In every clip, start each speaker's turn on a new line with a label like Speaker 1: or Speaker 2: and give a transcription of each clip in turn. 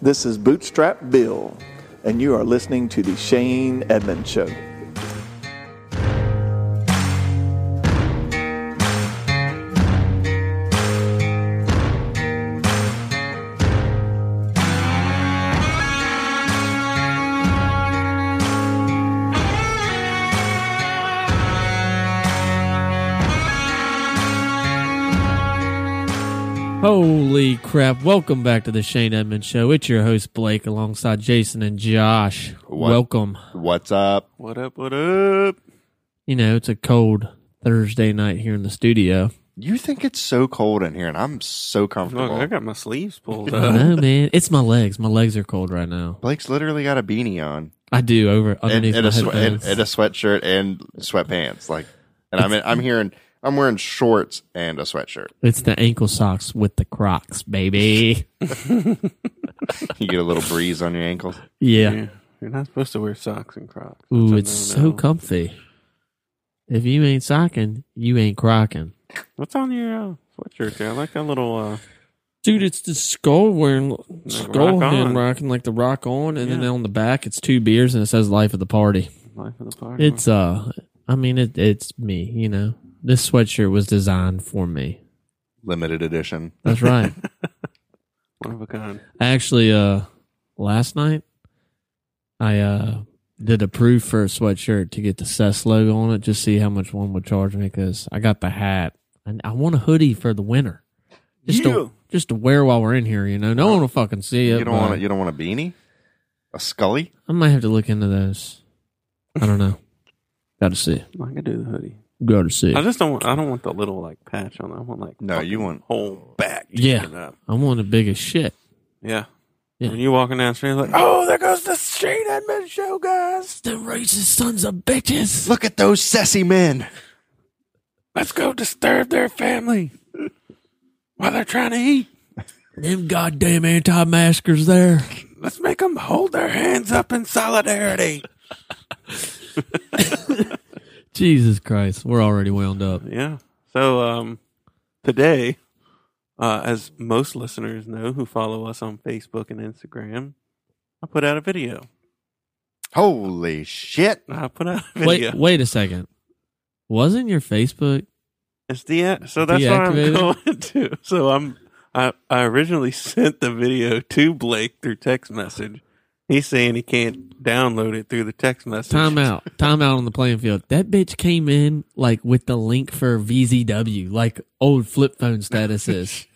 Speaker 1: This is Bootstrap Bill, and you are listening to The Shane Edmonds Show.
Speaker 2: Holy crap. Welcome back to the Shane Edmonds Show. It's your host, Blake, alongside Jason and Josh.
Speaker 3: What?
Speaker 2: Welcome.
Speaker 3: What's up?
Speaker 4: What up? What up?
Speaker 2: You know, it's a cold Thursday night here in the studio.
Speaker 3: You think it's so cold in here, and I'm so
Speaker 4: Look,
Speaker 3: comfortable.
Speaker 4: I got my sleeves pulled
Speaker 2: I
Speaker 4: up.
Speaker 2: know, man. It's my legs. My legs are cold right now.
Speaker 3: Blake's literally got a beanie on
Speaker 2: I do over
Speaker 3: and,
Speaker 2: underneath
Speaker 3: and
Speaker 2: my
Speaker 3: a swe- and,
Speaker 2: headphones.
Speaker 3: and a sweatshirt and sweatpants. Like, and I'm in, I'm here in I'm wearing shorts and a sweatshirt.
Speaker 2: it's the ankle socks with the Crocs, baby.
Speaker 3: You get a little breeze on your ankles.
Speaker 2: Yeah.
Speaker 4: Yeah. You're not supposed to wear socks and Crocs. That's
Speaker 2: Ooh,
Speaker 4: a
Speaker 2: it's so
Speaker 4: no-no.
Speaker 2: comfy. If you ain't socking, you ain't crocking.
Speaker 4: What's on your uh, sweatshirt there? I like that little. Uh,
Speaker 2: Dude, it's the skull wearing skull
Speaker 4: rock
Speaker 2: hand
Speaker 4: on.
Speaker 2: rocking like the rock on, and then
Speaker 4: Yeah.
Speaker 2: on the back it's two beers and it says "Life of the Party."
Speaker 4: life of the party.
Speaker 2: It's uh, I mean it, it's me, you know. This sweatshirt was designed for me.
Speaker 3: Limited edition.
Speaker 2: That's right.
Speaker 4: one of a kind.
Speaker 2: Actually, uh, last night I uh did a proof for a sweatshirt to get the Cess logo on it, just see how much one would charge me because I got the hat and I want a hoodie for the winter, just
Speaker 4: Yeah.
Speaker 2: to just to wear while we're in here. You know, no one will fucking see it.
Speaker 3: You don't
Speaker 2: but-
Speaker 3: want a, you don't want a beanie, a Scully.
Speaker 2: I might have to look into those. I don't know. Got to see.
Speaker 4: I can do the hoodie.
Speaker 2: Got to see.
Speaker 4: I just don't. want I don't want the little like patch on. it. I want like
Speaker 3: No, you want
Speaker 4: whole back.
Speaker 2: Yeah.
Speaker 4: taken Up.
Speaker 2: I want the biggest shit.
Speaker 4: Yeah.
Speaker 2: Yeah.
Speaker 4: When you're walking down the street, like, oh, there goes the Shane Edmonds show, guys.
Speaker 2: The racist sons of bitches.
Speaker 3: look at those sassy men.
Speaker 4: Let's go disturb their family while they're trying to eat.
Speaker 2: Them goddamn anti-maskers there.
Speaker 4: Let's make them hold their hands up in solidarity.
Speaker 2: Jesus Christ, we're already wound up.
Speaker 4: Yeah. So um, today, uh, as most listeners know who follow us on Facebook and Instagram, I put out a video.
Speaker 3: Holy shit!
Speaker 4: I put out a
Speaker 2: Wait,
Speaker 4: video.
Speaker 2: wait a second. Wasn't your Facebook?
Speaker 4: It's the so that's what I'm
Speaker 2: Deactivated?
Speaker 4: going to. So I'm I I originally sent the video to Blake through text message. He's saying he can't download it through the text message.
Speaker 2: Time out. Time out on the playing field. That bitch came in like with the link for VZW, like old flip phone status is.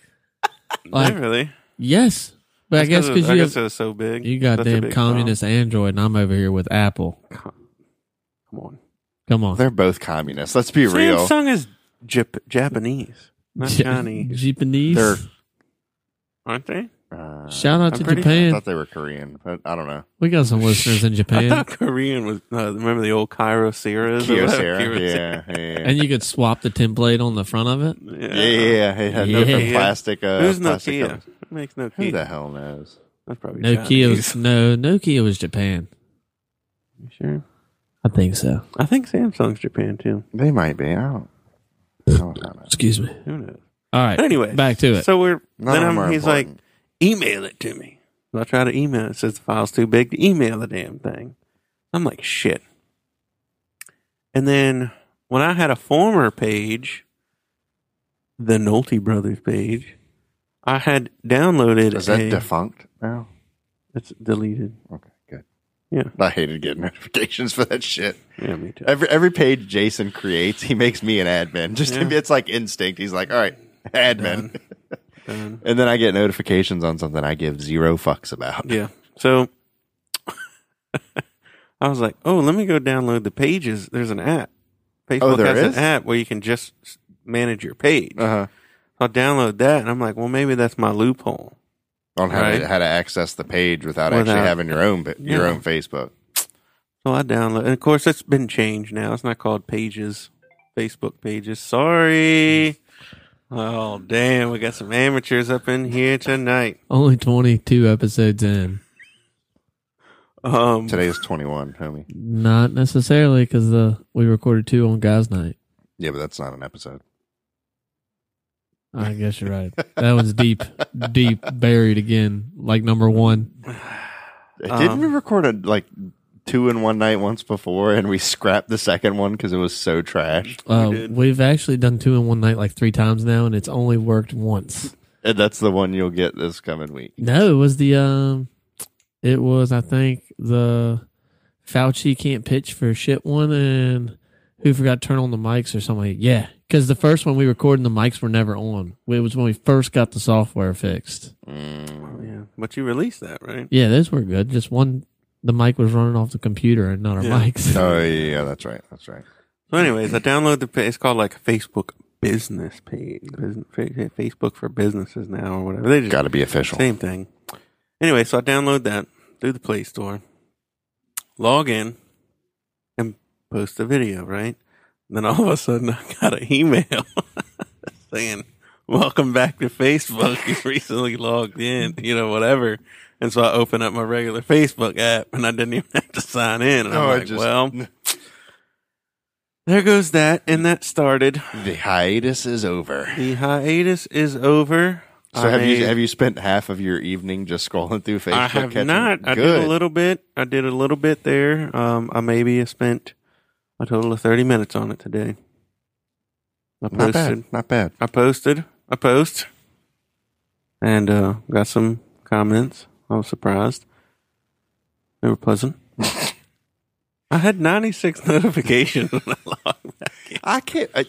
Speaker 4: Not
Speaker 2: Like,
Speaker 4: really.
Speaker 2: yes. But I guess
Speaker 4: That's
Speaker 2: because
Speaker 4: I
Speaker 2: you
Speaker 4: guess
Speaker 2: have
Speaker 4: it was so big.
Speaker 2: You
Speaker 4: That's a
Speaker 2: goddamn
Speaker 4: big
Speaker 2: communist Android, and I'm over here with Apple.
Speaker 4: problem.
Speaker 2: Come on.
Speaker 3: They're both communists. Let's be
Speaker 4: Come on.
Speaker 3: real.
Speaker 4: Samsung is Jap- Japanese, not
Speaker 2: Ja-
Speaker 4: Chinese,
Speaker 2: Japanese.
Speaker 3: They're-
Speaker 4: aren't they?
Speaker 3: Uh,
Speaker 2: Shout out
Speaker 4: I'm
Speaker 2: to
Speaker 4: pretty-
Speaker 3: I
Speaker 2: Japan.
Speaker 3: thought they were Korean, but I don't know.
Speaker 2: we got some listeners in
Speaker 4: I
Speaker 2: Japan.
Speaker 4: thought Korean was uh, remember the old Cairo Sierras? or whatever?
Speaker 3: Kyocera. Yeah, yeah,
Speaker 2: and you could swap the template on the front of it.
Speaker 3: yeah, yeah, yeah, yeah. No,
Speaker 2: Yeah.
Speaker 3: from plastic. Uh,
Speaker 4: Who's
Speaker 3: plastic
Speaker 4: Nokia?
Speaker 3: covers.
Speaker 4: Who makes
Speaker 3: Who
Speaker 4: Nokia?
Speaker 3: the hell knows?
Speaker 4: That's probably
Speaker 2: Nokia was no Nokia was Japan.
Speaker 4: You sure?
Speaker 2: I think so.
Speaker 4: I think Samsung's Japan too.
Speaker 3: They might be. I don't. I don't know.
Speaker 2: Excuse me.
Speaker 4: Who knows?
Speaker 2: All right.
Speaker 4: But anyway,
Speaker 2: back to it.
Speaker 4: So we're
Speaker 3: None of
Speaker 4: then
Speaker 3: them
Speaker 4: I'm,
Speaker 3: are
Speaker 4: he's
Speaker 3: important.
Speaker 4: like, email it to me. So I try to email. It It says the file's too big to email the damn thing. I'm like, shit. And then when I had a former page, the Nolte Brothers page, I had downloaded.
Speaker 3: Is that
Speaker 4: a-
Speaker 3: defunct now?
Speaker 4: It's deleted.
Speaker 3: Okay, good.
Speaker 4: Yeah.
Speaker 3: I hated getting notifications for that shit.
Speaker 4: Yeah, me too.
Speaker 3: Every every page Jason creates, he makes me an admin. Just
Speaker 4: Yeah.
Speaker 3: it's like instinct. He's like, all right, admin,
Speaker 4: Done.
Speaker 3: and then I get notifications on something I give zero fucks about.
Speaker 4: Yeah. So I was like, oh, let me go download the pages. There's an app. Facebook
Speaker 3: Oh, there
Speaker 4: has
Speaker 3: is?
Speaker 4: an app where you can just s- manage your page.
Speaker 3: Uh-huh.
Speaker 4: I'll download that, and I'm like, well, maybe that's my loophole.
Speaker 3: On how
Speaker 4: Right.
Speaker 3: to how to access the page without,
Speaker 4: Without-
Speaker 3: actually having your own pa- your
Speaker 4: Yeah.
Speaker 3: own Facebook.
Speaker 4: So I download, and of course, it's been changed now. It's not called Pages, Facebook Pages. Sorry.
Speaker 3: Hmm.
Speaker 4: Oh damn, we got some amateurs up in here tonight.
Speaker 2: Only 22 episodes in.
Speaker 4: Um,
Speaker 3: Today is twenty one, homie.
Speaker 2: Not necessarily uh, because the we recorded two on guys' night.
Speaker 3: Yeah, but that's not an episode.
Speaker 2: I guess you're right. That was deep, deep buried again, like number one.
Speaker 3: Didn't we
Speaker 4: Um,
Speaker 3: record a, like two in one night once before, and we scrapped the second one because it was so trash?
Speaker 2: Uh,
Speaker 4: did.
Speaker 2: we have actually done two in one night like three times now, and it's only worked once.
Speaker 3: And that's the one you'll get this coming week.
Speaker 2: No, it was the um, it was I think the Fauci can't pitch for shit one, and who forgot to turn on the mics or something. Yeah, because the first one we recorded, the mics were never on. It was when we first got the software fixed.
Speaker 3: Mm.
Speaker 4: Yeah, but you released that, right?
Speaker 2: Yeah, those were good. Just one, the mic was running off the computer and not our
Speaker 4: Yeah.
Speaker 2: mics.
Speaker 3: Oh yeah, that's right. That's right.
Speaker 4: So, anyways, I download the. pa- It's called like Facebook business page, business, Facebook for businesses now or whatever. They just
Speaker 3: Got to be official.
Speaker 4: Same thing. Anyway, so I download that through the Play Store, log in, and post a video, right? Then all of a sudden I got an email saying, Welcome back to Facebook. You recently logged in, you know, whatever. And so I open up my regular Facebook app and I didn't even have to sign in. And I'm
Speaker 3: Oh, I
Speaker 4: like,
Speaker 3: just-
Speaker 4: well, there goes that. And that started.
Speaker 3: The hiatus is over.
Speaker 4: The hiatus is over.
Speaker 3: So
Speaker 4: I
Speaker 3: have
Speaker 4: made-
Speaker 3: you have you spent half of your evening just scrolling through Facebook?
Speaker 4: I have
Speaker 3: catching-
Speaker 4: not. I
Speaker 3: Good.
Speaker 4: did a little bit. I did a little bit there. Um, I maybe spent a total of thirty minutes on it today. I
Speaker 3: Not
Speaker 4: posted.
Speaker 3: bad. Not bad.
Speaker 4: I posted. I post, and uh, got some comments. I was surprised. They were pleasant. I had ninety six notifications when I logged back in.
Speaker 3: I can't. I,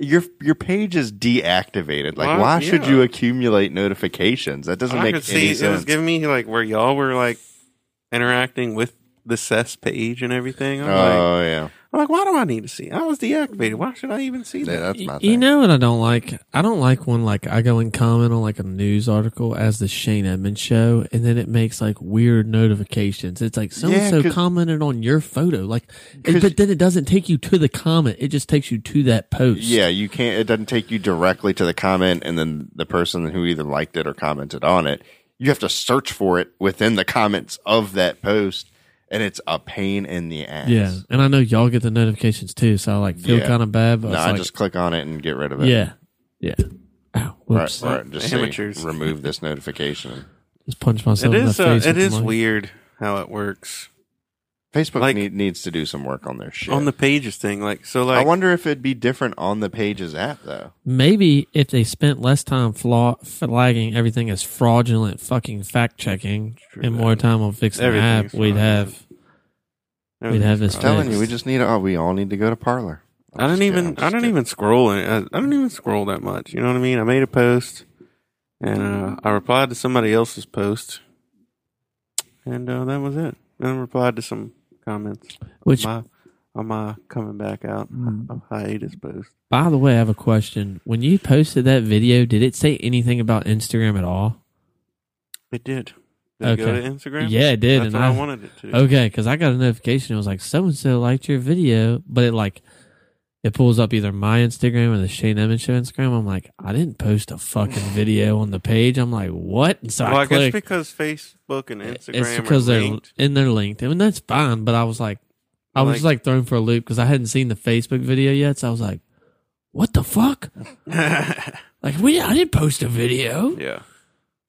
Speaker 3: your your page is deactivated. Like,
Speaker 4: Why-
Speaker 3: why should
Speaker 4: yeah.
Speaker 3: you accumulate notifications? That doesn't
Speaker 4: I
Speaker 3: make
Speaker 4: could
Speaker 3: any
Speaker 4: see
Speaker 3: sense.
Speaker 4: it was giving me like where y'all were like interacting with the cess page and everything. I'm like,
Speaker 3: oh yeah,
Speaker 4: I'm like, why do I need to see? I was deactivated. Why should I even see
Speaker 3: yeah,
Speaker 4: that?
Speaker 3: that's my
Speaker 2: You
Speaker 3: thing.
Speaker 2: know what I don't like? I don't like when like I go and comment on like a news article as the Shane Edmonds show, and then it makes like weird notifications. It's like so and so
Speaker 3: 'cause-
Speaker 2: commented on your photo, like, and-
Speaker 3: 'Cause-
Speaker 2: but then it doesn't take you to the comment. It just takes you to that post.
Speaker 3: yeah, you can't. It doesn't take you directly to the comment, and then the person who either liked it or commented on it. You have to search for it within the comments of that post, and it's a pain in the ass.
Speaker 2: yeah. And I know y'all get the notifications too, so I like feel
Speaker 3: Yeah.
Speaker 2: kind of bad. But
Speaker 3: No,
Speaker 2: it's
Speaker 3: I
Speaker 2: like,
Speaker 3: just click on it and get rid of it.
Speaker 2: yeah, yeah. Ow,
Speaker 3: Right,
Speaker 2: whoops!
Speaker 3: right. Just say,
Speaker 4: Amateurs.
Speaker 3: remove this notification.
Speaker 2: Just punched myself
Speaker 4: It
Speaker 2: in the
Speaker 4: is. Uh,
Speaker 2: face.
Speaker 4: it
Speaker 2: with
Speaker 4: is
Speaker 2: my-
Speaker 4: weird how it works
Speaker 3: Facebook
Speaker 4: Like-
Speaker 3: need, needs to do some work on their shit.
Speaker 4: on the pages thing. Like so,
Speaker 3: I
Speaker 4: like
Speaker 3: wonder if it'd be different on the Pages app though.
Speaker 2: Maybe if they spent less time flaw- flagging everything as fraudulent fucking fact checking
Speaker 4: True
Speaker 2: and more
Speaker 4: that.
Speaker 2: time on fixing the app,
Speaker 4: Everything's
Speaker 2: we'd
Speaker 4: fraudulent.
Speaker 2: have.
Speaker 4: everything's
Speaker 2: have this
Speaker 4: wrong.
Speaker 2: thing.
Speaker 3: Telling you, we just need. Oh, we all need to go to Parlor.
Speaker 4: uh, I don't even. I don't even scroll. in- I, I don't even scroll that much. You know what I mean? I made a post, and uh, I replied to somebody else's post, and uh, that was it. And I replied to some comments.
Speaker 2: Which, Mm.
Speaker 4: my, on my coming back out of hiatus post.
Speaker 2: by the way, I have a question. When you posted that video, did it say anything about Instagram at all?
Speaker 4: It did. Did it go
Speaker 2: Okay.
Speaker 4: to Instagram?
Speaker 2: Yeah, it did,
Speaker 4: That's
Speaker 2: and
Speaker 4: what I,
Speaker 2: I-
Speaker 4: wanted it to.
Speaker 2: Okay, because I got a notification. It was like so and so liked your video, but it like it pulls up either my Instagram or the Shane Evans Show Instagram. I'm like, I didn't post a fucking video on the page. I'm like, what? And so
Speaker 4: Well,
Speaker 2: I
Speaker 4: I guess
Speaker 2: clicked.
Speaker 4: because Facebook and Instagram
Speaker 2: it's because
Speaker 4: are
Speaker 2: they're
Speaker 4: linked.
Speaker 2: and they're linked, and that's fine. But I was like, I was
Speaker 4: Like-
Speaker 2: just like thrown for a loop because I hadn't seen the Facebook video yet, so I was like, "What the fuck?
Speaker 4: yeah,
Speaker 2: Like, we I didn't post a video."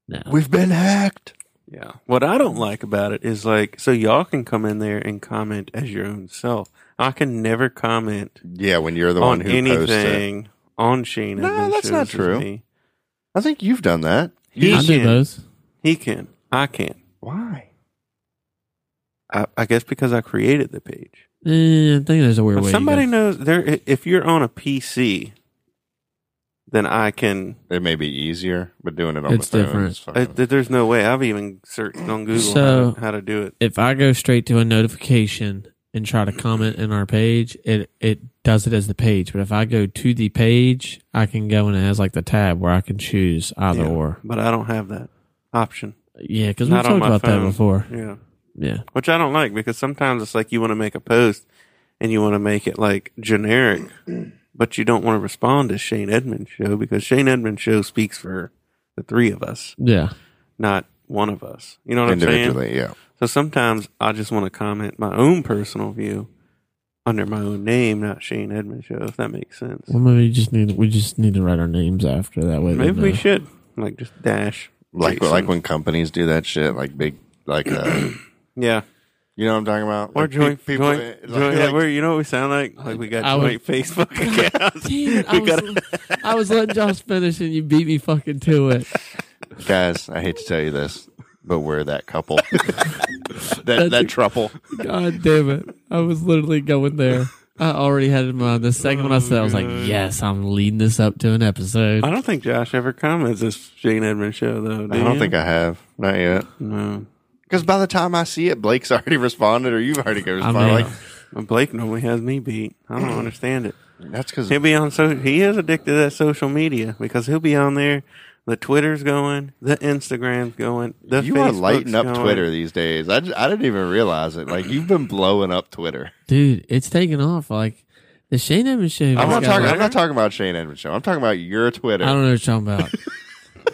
Speaker 2: No,
Speaker 3: We've been hacked.
Speaker 4: yeah. What I don't like about it is like, so y'all can come in there and comment as your own self. I can never comment
Speaker 3: Yeah, when you're the one
Speaker 4: on
Speaker 3: who posts it.
Speaker 4: anything on Shane.
Speaker 3: No,
Speaker 4: Edmonds
Speaker 3: that's not
Speaker 4: shows with
Speaker 3: true.
Speaker 4: me.
Speaker 3: I think you've done that.
Speaker 4: He
Speaker 2: I do
Speaker 4: can.
Speaker 2: both.
Speaker 4: He can. I can.
Speaker 3: Why?
Speaker 4: I, I guess because I created the page.
Speaker 2: Eh, I think there's a weird
Speaker 4: But
Speaker 2: way.
Speaker 4: somebody
Speaker 2: to go.
Speaker 4: knows there. i- If you're on a PC, then I can.
Speaker 3: It may be easier, but doing it on
Speaker 2: It's
Speaker 3: the phone
Speaker 2: different.
Speaker 3: is
Speaker 4: I,
Speaker 3: fucking-
Speaker 4: th- there's no way. I've even searched on Google
Speaker 2: So-
Speaker 4: how, to, how to do it.
Speaker 2: if I go straight to a notification and try to comment in our page, it it does it as the page. But if I go to the page, I can go and it has like the tab where I can choose either
Speaker 4: Yeah,
Speaker 2: or.
Speaker 4: But I don't have that option.
Speaker 2: Yeah, because we
Speaker 4: Not
Speaker 2: talked
Speaker 4: on my
Speaker 2: about that
Speaker 4: phone.
Speaker 2: before.
Speaker 4: Yeah.
Speaker 2: Yeah.
Speaker 4: Which I don't like because sometimes it's like you want to make a post and you want to make it like generic, but you don't want to respond to Shane Edmonds show because Shane Edmonds show speaks for the three of us,
Speaker 2: Yeah.
Speaker 4: not one of us. You know what I'm saying?
Speaker 3: individually. Yeah,
Speaker 4: So sometimes I just want to comment my own personal view under my own name, not Shane Edmund Show, if that makes sense.
Speaker 2: Well, maybe you just need we just need to write our names after that way. they
Speaker 4: Maybe we
Speaker 2: know.
Speaker 4: should like just dash
Speaker 3: uh, Like
Speaker 4: Jason.
Speaker 3: like when companies do that shit, like big like uh,
Speaker 4: yeah
Speaker 3: you know what I'm talking about?
Speaker 4: or
Speaker 3: Like, pe-
Speaker 4: joint
Speaker 3: people
Speaker 4: joint,
Speaker 3: like-
Speaker 4: joint
Speaker 3: like-
Speaker 4: we're- you know what we sound like like we got
Speaker 2: I would-
Speaker 4: joint Facebook accounts.
Speaker 2: Damn it, I,
Speaker 4: We
Speaker 2: was,
Speaker 4: gotta-
Speaker 2: I was letting Josh finish and you beat me fucking to it.
Speaker 3: guys, I hate to tell you this, but we're that couple. that
Speaker 2: That's-
Speaker 3: that trouble.
Speaker 2: God damn it. I was literally going there. I already had it in mind. The second one I said, I was like, yes, I'm leading this up to an episode.
Speaker 4: Oh, I don't think Josh ever comments this Shane Edmund Show though. Do
Speaker 3: I don't
Speaker 4: you?
Speaker 3: think I have. Not yet.
Speaker 4: no.
Speaker 3: Because by the time I see it, Blake's already responded or you've already responded.
Speaker 2: mean-
Speaker 3: like,
Speaker 4: Well, Blake normally has me beat. I don't understand it.
Speaker 3: that's because
Speaker 4: He'll be on so he is addicted to that social media because he'll be on there. The Twitter's going, the Instagram's going, the
Speaker 3: you are lighting
Speaker 4: Facebook's
Speaker 3: up
Speaker 4: going.
Speaker 3: Twitter these days. I, j- I didn't even realize it. Like, you've been blowing up Twitter.
Speaker 2: Dude, it's taking off. Like, the Shane Evans show.
Speaker 3: I'm
Speaker 2: got,
Speaker 3: not, talking,
Speaker 2: like-
Speaker 3: I'm not talking about Shane Edmonds show. I'm talking about your Twitter.
Speaker 2: I don't know what you're talking about.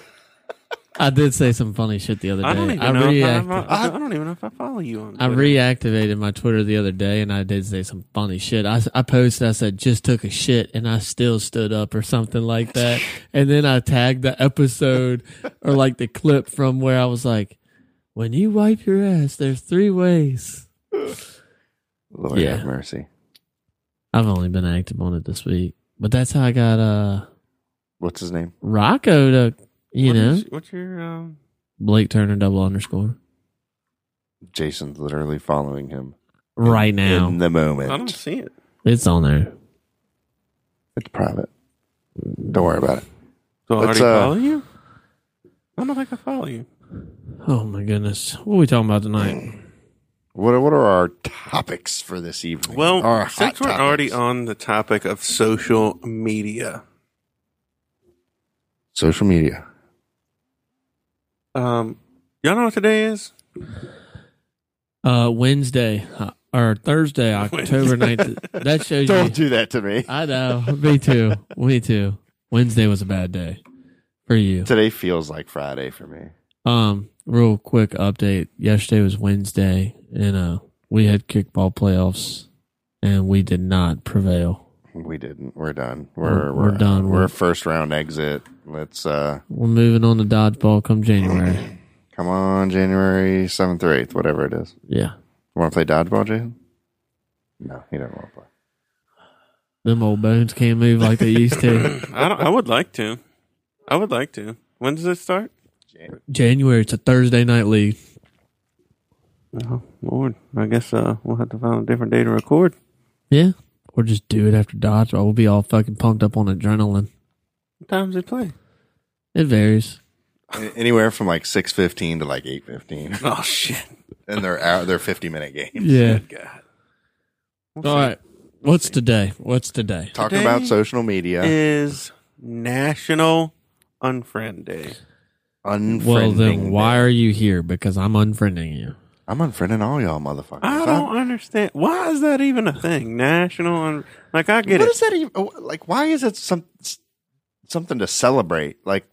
Speaker 2: I did say some funny shit the other day.
Speaker 4: I don't even know. If
Speaker 2: reacted.
Speaker 4: I'm, on- I, don't even know if I follow you on.
Speaker 2: I
Speaker 4: Twitter.
Speaker 2: reactivated my Twitter the other day and I did say some funny shit. I, I posted, I said, just took a shit and I still stood up or something like that. and then I tagged the episode or like the clip from where I was like, when you wipe your ass, there's three ways.
Speaker 3: Lord
Speaker 2: Yeah.
Speaker 3: have mercy.
Speaker 2: I've only been active on it this week, but that's how I got, uh,
Speaker 3: What's his name?
Speaker 2: Rocco to, you
Speaker 4: What
Speaker 2: know,
Speaker 4: is- what's your um,
Speaker 2: Blake Turner double underscore
Speaker 3: Jason's literally following him
Speaker 2: right now.
Speaker 3: in the moment.
Speaker 4: I don't see it.
Speaker 2: it's on there.
Speaker 3: It's private. Don't worry about it.
Speaker 4: So I
Speaker 3: Let's,
Speaker 4: already
Speaker 3: uh,
Speaker 4: follow you. I don't think I follow you.
Speaker 2: Oh my goodness. What are we talking about tonight?
Speaker 3: What are, what are our topics for this evening?
Speaker 4: Well,
Speaker 3: Our hot
Speaker 4: since we're
Speaker 3: topics.
Speaker 4: already on the topic of social media,
Speaker 3: social media,
Speaker 4: um, y'all know what today is?
Speaker 2: Uh, Wednesday uh, or Thursday, October 9th. That shows
Speaker 3: don't
Speaker 2: you.
Speaker 3: do that to me.
Speaker 2: I know. Me too. Me too. Wednesday was a bad day for you.
Speaker 3: Today feels like Friday for me.
Speaker 2: Um, real quick update. Yesterday was Wednesday, and uh, we had kickball playoffs, and we did not prevail.
Speaker 3: We didn't. We're done.
Speaker 2: We're-
Speaker 3: We're
Speaker 2: we're done.
Speaker 3: We're first round exit. Let's uh
Speaker 2: We're moving on to dodgeball come January.
Speaker 3: come on January seventh or eighth, whatever it is.
Speaker 2: Yeah,
Speaker 3: You want to play dodgeball, Jason? No, he doesn't want to play.
Speaker 2: them old bones can't move like they used to.
Speaker 4: I don't, I would like to. I would like to. When does it start?
Speaker 2: January, it's a Thursday night league.
Speaker 4: Oh Lord, I guess uh, we'll have to find a different day to record.
Speaker 2: Yeah, or just do it after dodgeball. We'll be all fucking pumped up on adrenaline.
Speaker 4: What time does it play?
Speaker 2: It varies.
Speaker 3: A- Anywhere from like six fifteen to like eight fifteen,
Speaker 4: Oh shit!
Speaker 3: and they're hour, they're fifty minute game.
Speaker 2: Yeah.
Speaker 4: God.
Speaker 2: All right. What's today? What's today?
Speaker 3: Talking
Speaker 4: Today
Speaker 3: about social media,
Speaker 4: Is National Unfriend Day.
Speaker 3: unfriending.
Speaker 2: Well, then why
Speaker 3: day.
Speaker 2: are you here? Because I'm unfriending you.
Speaker 3: I'm unfriending all y'all motherfuckers?
Speaker 4: I
Speaker 3: I'm-
Speaker 4: don't understand. Why is that even a thing? National un- like I get
Speaker 3: What
Speaker 4: it.
Speaker 3: is that even oh, like? Why is it some s- something to celebrate? Like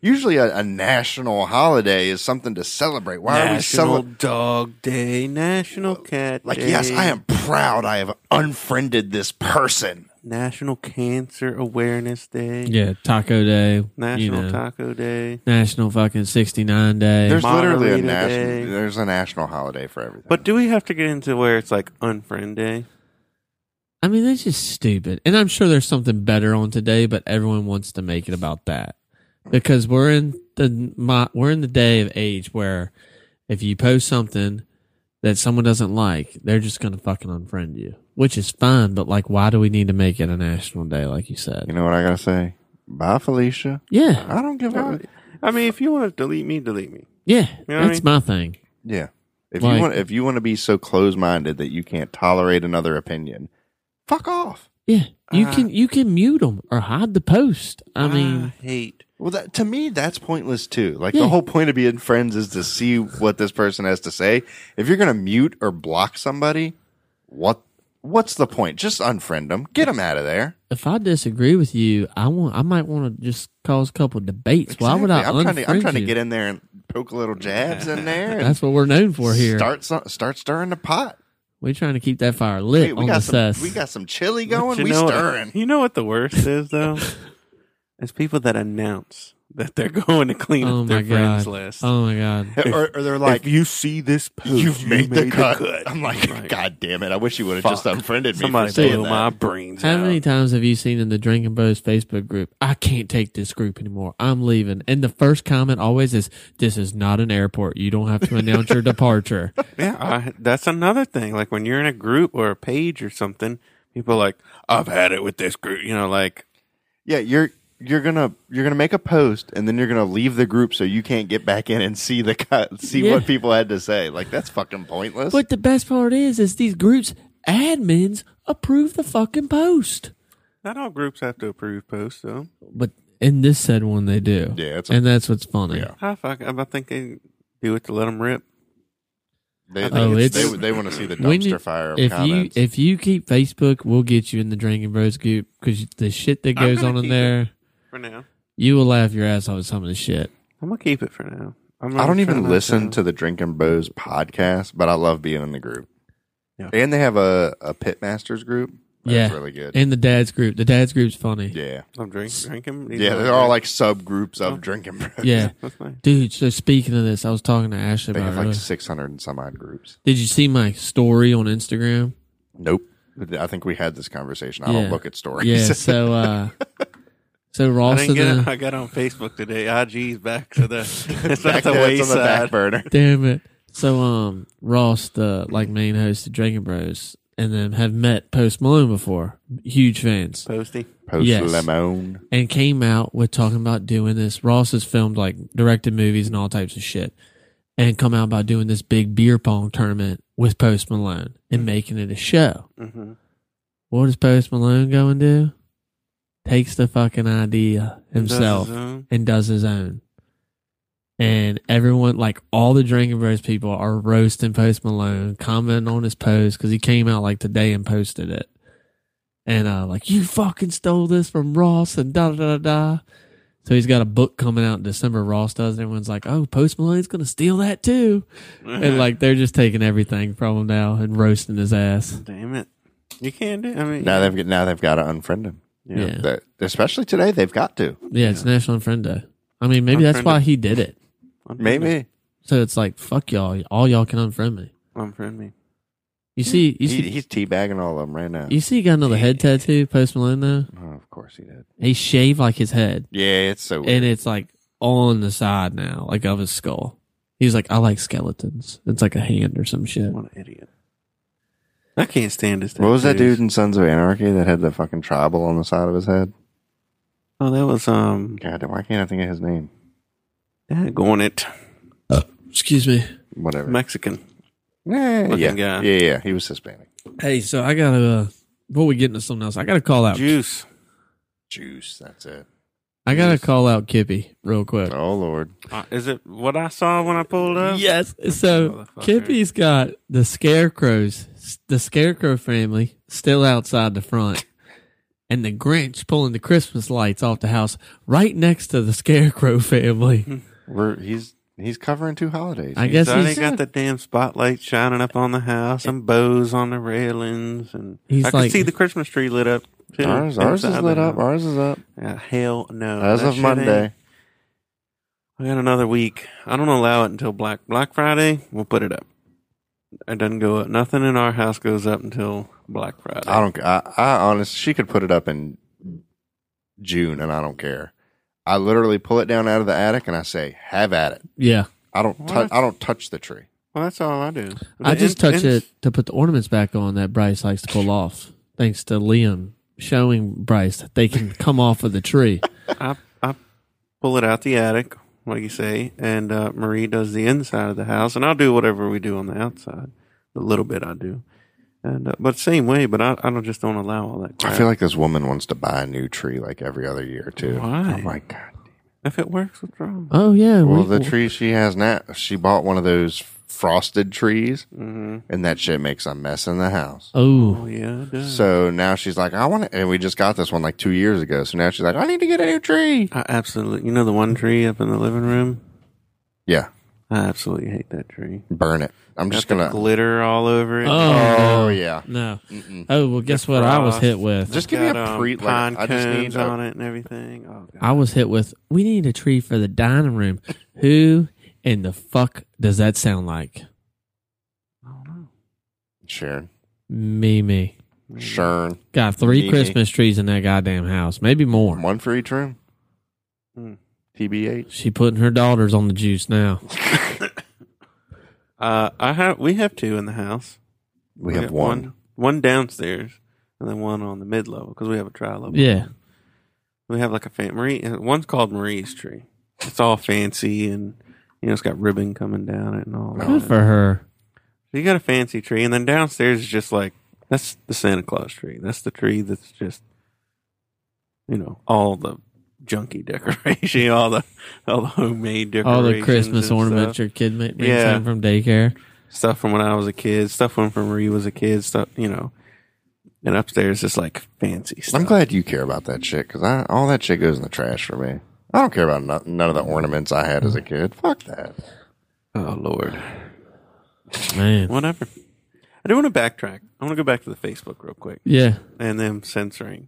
Speaker 3: usually a, a national holiday is something to celebrate. Why are we
Speaker 4: National
Speaker 3: celebrating?
Speaker 4: Dog Day, National Cat
Speaker 3: Like
Speaker 4: Day,
Speaker 3: yes, I am proud. I have unfriended this person.
Speaker 4: National Cancer Awareness Day,
Speaker 2: Yeah, Taco Day.
Speaker 4: National Taco Day.
Speaker 2: National fucking sixty nine day.
Speaker 3: There's literally a
Speaker 4: Margarita Day.
Speaker 3: national. There's a national holiday for everything.
Speaker 4: But do we have to get into where it's like Unfriend Day?
Speaker 2: I mean, that's just stupid. And I'm sure there's something better on today, but everyone wants to make it about that because we're in the my, we're in the day of age where if you post something that someone doesn't like, they're just gonna fucking unfriend you, which is fine. But like, why do we need to make it a national day, like you
Speaker 3: you
Speaker 2: said?
Speaker 3: know what I gotta say? Bye, Felicia.
Speaker 2: Yeah,
Speaker 3: I don't give a
Speaker 4: I mean, if you want to delete me, delete me.
Speaker 2: Yeah,
Speaker 4: know what I
Speaker 2: that's
Speaker 4: mean?
Speaker 2: my thing.
Speaker 3: yeah. If
Speaker 2: Like-
Speaker 3: you want, if you want to be so close minded that you can't tolerate another opinion, fuck off.
Speaker 2: Yeah, you
Speaker 3: Uh-huh.
Speaker 4: Uh,
Speaker 2: can you can mute them or hide the post. I mean,
Speaker 4: hate.
Speaker 3: Well, that, to me, that's pointless too. Like
Speaker 2: Yeah.
Speaker 3: the whole point of being friends is to see what this person has to say. If you're gonna mute or block somebody, what what's the point? Just unfriend them, get them out of there.
Speaker 2: if I disagree with you, I want I might want to just cause a couple debates. Why would I?
Speaker 3: Exactly. I'm trying to I'm
Speaker 2: unfriend
Speaker 3: trying to
Speaker 2: you?
Speaker 3: get in there and poke little jabs in there and
Speaker 2: That's what we're known for here.
Speaker 3: start some, start stirring the pot.
Speaker 2: We're trying to keep that fire lit
Speaker 3: Hey, we
Speaker 2: on the
Speaker 3: got some,
Speaker 2: cess.
Speaker 3: we got some chili
Speaker 4: But
Speaker 3: going.
Speaker 4: you
Speaker 3: We
Speaker 4: know what-
Speaker 3: stirring.
Speaker 4: you know what the worst is though? It's people that announce that they're going to clean
Speaker 2: oh
Speaker 4: up
Speaker 2: my
Speaker 4: their friends
Speaker 2: god!
Speaker 4: list.
Speaker 2: Oh my god!
Speaker 3: or, or they're like,
Speaker 4: if you see this post,
Speaker 3: you've
Speaker 4: you
Speaker 3: made, the, cut. I'm like,
Speaker 4: Right.
Speaker 3: God damn it! I wish you would have just
Speaker 4: Fuck.
Speaker 3: unfriended me.
Speaker 4: Somebody
Speaker 3: for saying
Speaker 4: blew
Speaker 3: that.
Speaker 4: my brains
Speaker 2: How
Speaker 4: out.
Speaker 2: many times have you seen in the Drinking Bros Facebook group? I can't take this group anymore. I'm leaving. And the first comment always is, "This is not an airport. You don't have to announce your departure."
Speaker 4: Yeah, I, that's another thing. Like when you're in a group or a page or something, people are like, I've had it with this group. You know, like
Speaker 3: Yeah, you're you're gonna you're gonna make a post and then you're gonna leave the group so you can't get back in and see the cut, see
Speaker 2: Yeah.
Speaker 3: what people had to say. Like that's fucking pointless.
Speaker 2: But the best part is, is these groups admins approve the fucking post.
Speaker 4: not all groups have to approve posts though.
Speaker 2: But in this said one, they do.
Speaker 3: Yeah, it's a-
Speaker 2: and that's what's funny.
Speaker 3: Yeah.
Speaker 4: I fuck. I think they do it to let them rip.
Speaker 3: They, they,
Speaker 2: Oh,
Speaker 3: it's,
Speaker 2: it's-
Speaker 3: they, want to see the
Speaker 2: When
Speaker 3: dumpster
Speaker 2: you-
Speaker 3: fire of
Speaker 2: if
Speaker 3: comments.
Speaker 2: you if you keep Facebook, we'll get you in the Drinking Bros group because the shit that
Speaker 4: I'm
Speaker 2: goes
Speaker 4: gonna
Speaker 2: on in
Speaker 4: keep
Speaker 2: there,
Speaker 4: For now,
Speaker 2: you will laugh your ass off at some of the shit.
Speaker 4: I'm gonna keep it for now. I'm gonna
Speaker 3: I don't
Speaker 4: try
Speaker 3: even
Speaker 4: not
Speaker 3: listen to the Drinking Bros podcast, but I love being in the group.
Speaker 4: Yeah.
Speaker 3: And they have a, a Pit Masters group. That's
Speaker 2: Yeah.
Speaker 3: really good.
Speaker 2: And the dad's group, the dad's group's funny.
Speaker 3: yeah.
Speaker 4: I'm drink, drinking.
Speaker 3: Yeah, they're all like subgroups
Speaker 4: Oh.
Speaker 3: of Drinking Bros.
Speaker 2: Yeah.
Speaker 4: That's nice.
Speaker 2: dude. So speaking of this, I was talking to Ashley
Speaker 3: They
Speaker 2: about.
Speaker 3: have
Speaker 2: it
Speaker 3: like
Speaker 2: earlier.
Speaker 3: 600 and some odd groups.
Speaker 2: Did you see my story on Instagram?
Speaker 3: Nope. I think we had this conversation. I
Speaker 2: Yeah.
Speaker 3: don't look at stories.
Speaker 2: Yeah. So, uh so
Speaker 4: I
Speaker 2: Ross
Speaker 4: didn't
Speaker 2: and uh,
Speaker 4: get it.
Speaker 2: I-
Speaker 4: I got on Facebook today. IG's back to the. It's
Speaker 3: Back
Speaker 4: not the
Speaker 3: there, it's on the
Speaker 4: wayside.
Speaker 3: back burner.
Speaker 2: damn it. So um Ross, the like main host of Dragon Bros, and then have met Post Malone before. Huge fans.
Speaker 4: Posty.
Speaker 3: Post
Speaker 2: Yes.
Speaker 3: Lemon.
Speaker 2: and came out with talking about doing this. Ross has filmed like directed movies and all types of shit, and come out about doing this big beer pong tournament with Post Malone and making it a show.
Speaker 3: Mm-hmm.
Speaker 4: hmm
Speaker 2: What does Post Malone go and do? Takes the fucking idea himself and does his own. And everyone, like all the Drinking Bros people, are roasting Post Malone, commenting on his post because he came out like today and posted it. And uh, like, you fucking stole this from Ross and da da da da. So he's got a book coming out in December. Ross does. And everyone's like, oh, Post Malone's going to steal that too. and like, they're just taking everything from him now and roasting his ass.
Speaker 4: Damn it. You can do. I mean,
Speaker 3: Now they've now they've got to unfriend him.
Speaker 2: Yeah. Yeah,
Speaker 3: That- especially today, they've got to.
Speaker 2: it's National Friend Day. I mean, maybe that's
Speaker 4: Unfriend
Speaker 2: why
Speaker 4: him.
Speaker 2: he did it.
Speaker 3: Maybe
Speaker 2: So it's like, fuck y'all. All y'all can unfriend me.
Speaker 4: unfriend me.
Speaker 2: You see, you see,
Speaker 3: he, he's teabagging all of them right now.
Speaker 2: You see, he got another head tattoo, Post Malone, though.
Speaker 3: Oh, of course he did.
Speaker 2: He shaved like his head,
Speaker 3: Yeah, it's so weird.
Speaker 2: and it's like on the side now, like of his skull. He's like, I like skeletons. It's like a hand or some shit.
Speaker 4: What an idiot. I can't stand this.
Speaker 3: What was that dude in Sons of Anarchy that had the fucking tribal on the side of his head?
Speaker 4: Oh, that was um
Speaker 3: God, why can't I think of his name?
Speaker 4: going it
Speaker 2: Excuse me.
Speaker 3: Whatever.
Speaker 4: Mexican.
Speaker 3: yeah,
Speaker 4: looking
Speaker 3: yeah,
Speaker 4: guy.
Speaker 3: yeah, yeah. He was Hispanic.
Speaker 2: Hey, so I gotta. Uh, before we get into something else, I gotta call out.
Speaker 4: Juice.
Speaker 3: Juice. That's it.
Speaker 2: I gotta call out Kippy real quick.
Speaker 3: Oh Lord.
Speaker 4: Uh, is it what I saw when I pulled up?
Speaker 2: Yes. So
Speaker 4: Oh, Motherfucker.
Speaker 2: Kippy's got the scarecrows, the scarecrow family still outside the front, and the Grinch pulling the Christmas lights off the house right next to the scarecrow family.
Speaker 3: We're he's he's covering two holidays.
Speaker 2: I guess
Speaker 4: so they
Speaker 2: he's,
Speaker 4: got the damn spotlight shining up on the house and bows on the railings, and
Speaker 2: He's
Speaker 4: I could
Speaker 2: like-
Speaker 4: see the Christmas tree lit up. Too,
Speaker 3: ours ours is
Speaker 4: inside
Speaker 3: lit
Speaker 4: the
Speaker 3: up.
Speaker 4: house.
Speaker 3: Ours is up.
Speaker 4: Yeah, Uh, hell no.
Speaker 3: As
Speaker 4: That
Speaker 3: of
Speaker 4: shit ain't-
Speaker 3: Monday.
Speaker 4: We got another week. I don't allow it until Black Black Friday. We'll put it up. It doesn't go up. Nothing in our house goes up until Black Friday.
Speaker 3: I don't. I, I honestly, she could put it up in June, and I don't care. I literally pull it down out of the attic, and I say, "Have at it."
Speaker 2: yeah.
Speaker 3: I don't. tou-
Speaker 4: What?
Speaker 3: I don't touch the tree.
Speaker 4: Well, that's all I do.
Speaker 2: I just
Speaker 4: In-
Speaker 2: touch
Speaker 4: in-
Speaker 2: it to put the ornaments back on that Bryce likes to pull off. Thanks to Liam showing Bryce that they can come off of the tree.
Speaker 4: I, I pull it out the attic, like you say, and uh, Marie does the inside of the house, and I'll do whatever we do on the outside. The little bit I do, and uh, but same way. But I, I don't just don't allow all that. Crap.
Speaker 3: I feel like this woman wants to buy a new tree like every other year too.
Speaker 4: Why?
Speaker 3: I'm like, Oh, God.
Speaker 4: if it works, what's wrong?
Speaker 2: Oh yeah,
Speaker 3: Well,
Speaker 2: we-
Speaker 3: the tree she has now, she bought one of those frosted trees, and that shit makes a mess in the house.
Speaker 2: Oh,
Speaker 4: Oh yeah, it does.
Speaker 3: So now she's like, I want it, and we just got this one like two years ago. So now she's like, I need to get a new tree.
Speaker 4: I absolutely. You know the one tree up in the living room.
Speaker 3: Yeah,
Speaker 4: I absolutely hate that tree.
Speaker 3: Burn it. I'm just
Speaker 4: Got the
Speaker 3: gonna.
Speaker 4: glitter all over it.
Speaker 2: Oh,
Speaker 3: Oh,
Speaker 2: no.
Speaker 3: yeah.
Speaker 2: No.
Speaker 3: Mm-mm.
Speaker 2: Oh well, guess what? I was
Speaker 4: frost.
Speaker 2: hit with.
Speaker 3: Just give me
Speaker 4: Got,
Speaker 3: a
Speaker 4: um,
Speaker 3: pre. like,
Speaker 4: pine
Speaker 3: I just need
Speaker 4: cones
Speaker 3: a-
Speaker 4: on it and everything. Oh, God.
Speaker 2: I was hit with. We need a tree for the dining room. Who in the fuck does that sound like?
Speaker 4: I don't know.
Speaker 3: Sharon.
Speaker 2: Me, me.
Speaker 4: Maybe.
Speaker 3: Sharon.
Speaker 2: Got three
Speaker 3: Me, me.
Speaker 2: Christmas trees in that goddamn house, maybe more.
Speaker 3: One for each room. Hmm.
Speaker 4: Mm.
Speaker 3: TBH.
Speaker 2: She putting her daughters on the juice now.
Speaker 4: Uh, I have. We have two in the house.
Speaker 3: We have one.
Speaker 4: one. one downstairs, and then one on the mid level because we have a tri level.
Speaker 2: Yeah.
Speaker 4: We have like a fan Marie. uh, One's called Marie's tree. It's all fancy and you know it's got ribbon coming down it and
Speaker 3: Oh,
Speaker 4: all that.
Speaker 2: Good for her.
Speaker 4: So you got a fancy tree, and then downstairs is just like that's the Santa Claus tree. That's the tree that's just you know all the junky decoration, all the all the homemade decorations,
Speaker 2: All the Christmas
Speaker 4: and
Speaker 2: ornaments
Speaker 4: stuff,
Speaker 2: your kid ma- brings
Speaker 4: Yeah.
Speaker 2: home from daycare.
Speaker 4: stuff from when I was a kid, stuff when from Marie was a kid, stuff you know. And upstairs is like fancy stuff.
Speaker 3: I'm glad you care about that shit because all that shit goes in the trash for me. I don't care about no- none of the ornaments I had as a kid. Fuck that.
Speaker 4: Oh Lord,
Speaker 2: Man.
Speaker 4: whatever. I do want to backtrack. I want to go back to the Facebook real quick
Speaker 2: Yeah.
Speaker 4: and them censoring.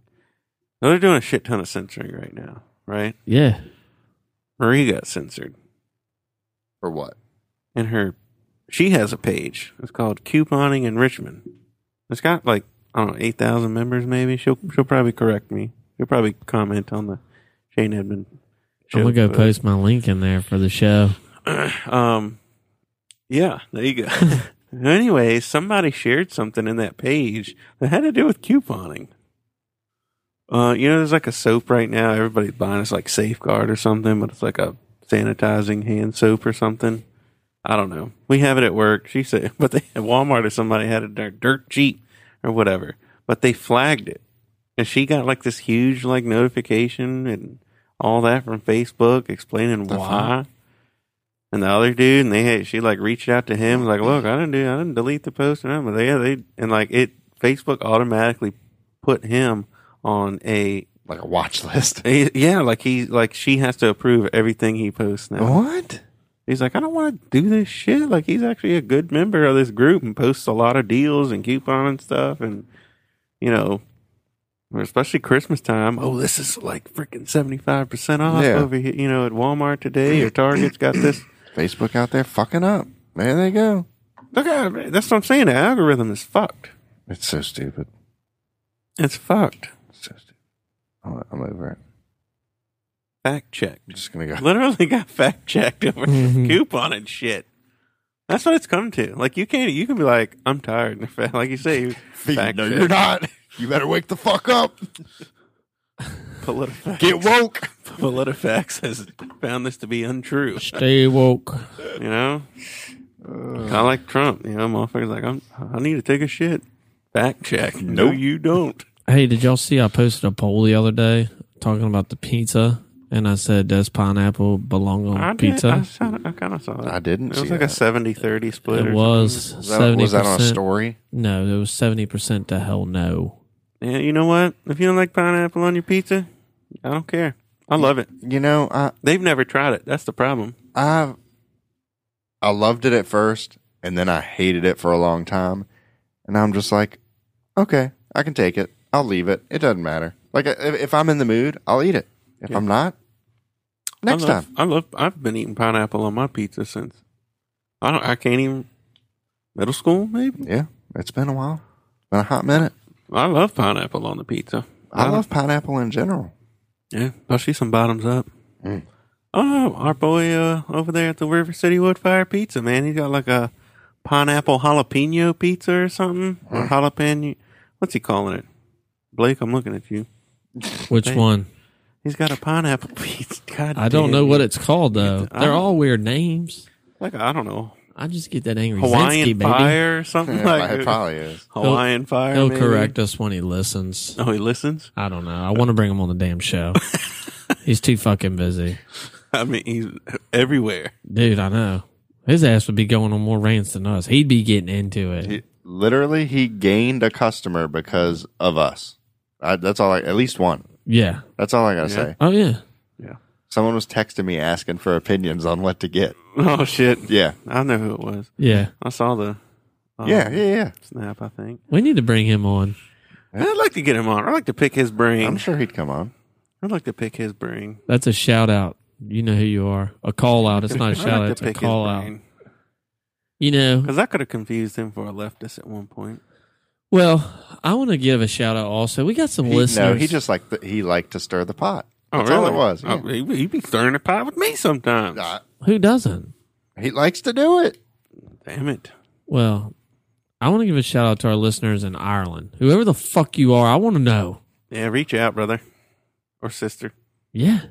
Speaker 4: Now, They're doing a shit ton of censoring right now, right?
Speaker 2: Yeah.
Speaker 4: Marie got censored.
Speaker 3: For what?
Speaker 4: and her she has a page. It's called Couponing in Richmond. It's got like I don't know eight thousand members maybe. She'll she'll probably correct me. She'll probably comment on the Shane Edmund.
Speaker 2: I'm
Speaker 4: show,
Speaker 2: gonna go
Speaker 4: but,
Speaker 2: post my link in there for the show.
Speaker 4: Um, yeah, there you go. anyway, somebody shared something in that page that had to do with couponing. Uh, you know, there's like a soap right now. Everybody's buying it's like Safeguard or something, but it's like a sanitizing hand soap or something. I don't know. We have it at work. She said, but they at Walmart or somebody had it in their dirt cheap or whatever, but they flagged it, and she got like this huge like notification and all that from Facebook explaining
Speaker 3: The fuck?
Speaker 4: why. And the other dude, and they had she like reached out to him like, look, I didn't do, I didn't delete the post or nothing, but yeah, they and like it, Facebook automatically put him on a,
Speaker 3: Like a watch list.
Speaker 4: a- yeah, like he like she has to approve everything he posts
Speaker 3: Oh,
Speaker 4: now.
Speaker 3: What?
Speaker 4: He's like, I don't want to do this shit. Like, he's actually a good member of this group and posts a lot of deals and coupon and stuff. And, you know, especially Christmas time. Oh, this is like freaking 75% off
Speaker 3: Yeah.
Speaker 4: over here, you know, at Walmart today or Target's got this.
Speaker 3: Facebook out there fucking up. There they go.
Speaker 4: Look at it. That's what I'm saying. The algorithm is fucked.
Speaker 3: It's so stupid.
Speaker 4: It's fucked.
Speaker 3: It's so stupid. I'm, I'm over it.
Speaker 4: Fact checked.
Speaker 3: I'm just gonna go.
Speaker 4: Literally got fact checked over
Speaker 2: Mhm.
Speaker 4: coupon and shit. That's what it's come to. Like, you can't, you can be like, I'm tired. Like you say, fact
Speaker 3: no,
Speaker 4: checked.
Speaker 3: you're not. You better wake the fuck up.
Speaker 4: Politifact.
Speaker 3: Get woke.
Speaker 4: PolitiFax has found this to be untrue.
Speaker 2: Stay woke.
Speaker 4: You know,
Speaker 3: Uh.
Speaker 4: kind of like Trump. You know, motherfuckers like I'm. I need to take a shit. Fact check. No,
Speaker 3: Nope.
Speaker 4: you don't.
Speaker 2: Hey, did y'all see I posted a poll the other day talking about the pizza? And I said, does pineapple belong on
Speaker 4: I did- I,
Speaker 2: Oh, pizza?
Speaker 4: saw- I kind of saw that.
Speaker 3: I didn't
Speaker 4: It was
Speaker 3: see
Speaker 4: like
Speaker 3: that.
Speaker 4: a 70-30 split.
Speaker 2: It
Speaker 4: or
Speaker 2: was
Speaker 3: Was that,
Speaker 2: 70%.
Speaker 3: was that on a story?
Speaker 2: No, it was 70% to hell no.
Speaker 4: something. Yeah, you know what? If you don't like pineapple on your pizza, I don't care. I love it.
Speaker 3: You know, I
Speaker 4: They've never tried it. That's the problem.
Speaker 3: I I loved it at first, and then I hated it for a long time, and I'm just like, okay, I can take it. I'll leave it. It doesn't matter. Like if, if I'm in the mood, I'll eat it. If I'm not, next
Speaker 4: I love,
Speaker 3: time.
Speaker 4: I love. I've been eating pineapple on my pizza since I don't. I can't even middle school maybe.
Speaker 3: Yeah, it's been a while. It's been a hot minute.
Speaker 4: I love pineapple on the pizza.
Speaker 3: I
Speaker 4: don't-
Speaker 3: love pineapple in general.
Speaker 4: Yeah, I'll see some bottoms up.
Speaker 3: Mm.
Speaker 4: Oh, our boy uh, over there at the River City Woodfire Pizza, man, he's got like a pineapple jalapeno pizza or something.
Speaker 3: Mm.
Speaker 4: Or jalapeno. What's he calling it? Blake, I'm looking at you.
Speaker 2: Which
Speaker 4: Dang.
Speaker 2: one?
Speaker 4: He's got a pineapple pizza. God
Speaker 2: I don't
Speaker 4: damn
Speaker 2: know
Speaker 4: you.
Speaker 2: what it's called, though.
Speaker 4: I
Speaker 2: They're
Speaker 4: don't-
Speaker 2: all weird names.
Speaker 4: like. I don't know.
Speaker 2: I just get that angry
Speaker 4: Hawaiian
Speaker 2: Zinsky, baby.
Speaker 4: fire or something like
Speaker 3: it probably is.
Speaker 4: Hawaiian fire.
Speaker 2: He'll
Speaker 4: maybe.
Speaker 2: correct us when he listens.
Speaker 4: Oh, he listens.
Speaker 2: I don't know. I want to bring him on the damn show. He's too fucking busy.
Speaker 4: I mean, he's everywhere.
Speaker 2: Dude, I know. His ass would be going on more rants than us. He'd be getting into it.
Speaker 3: He- literally, he gained a customer because of us. I, that's all. I, at least one.
Speaker 2: yeah.
Speaker 3: That's all I gotta
Speaker 4: Yeah.
Speaker 3: say.
Speaker 2: Oh, yeah.
Speaker 4: Yeah.
Speaker 3: Someone was texting me asking for opinions on what to get.
Speaker 4: Oh shit!
Speaker 3: Yeah.
Speaker 4: I know who it was.
Speaker 2: Yeah,
Speaker 4: I saw the um,
Speaker 3: Yeah, yeah, yeah.
Speaker 4: snap. I think
Speaker 2: we need to bring him on.
Speaker 4: I'd like to get him on. I'd like to pick his
Speaker 3: I'm
Speaker 4: brain.
Speaker 3: sure he'd come on.
Speaker 4: I'd like to pick his brain.
Speaker 2: That's a shout out. You know who you are. A call out. It's not a
Speaker 4: I'd
Speaker 2: shout out.
Speaker 4: like
Speaker 2: It's
Speaker 4: to
Speaker 2: a
Speaker 4: pick
Speaker 2: call
Speaker 4: his
Speaker 2: out.
Speaker 4: brain
Speaker 2: You know.
Speaker 4: because I could have confused him for a leftist at one point.
Speaker 2: Well, I want to give a shout out. Also, we got some
Speaker 3: He,
Speaker 2: listeners.
Speaker 3: no, he just like he liked to stir the pot.
Speaker 4: Oh,
Speaker 3: That's all
Speaker 4: really?
Speaker 3: it was. Yeah.
Speaker 4: Oh, he- he'd be stirring the pot with me sometimes.
Speaker 3: Uh,
Speaker 2: who doesn't.
Speaker 3: he likes to do it.
Speaker 4: Damn it!
Speaker 2: Well, I want to give a shout out to our listeners in Ireland. Whoever the fuck you are, I want to know.
Speaker 4: Yeah, reach out, brother or sister.
Speaker 2: Yeah.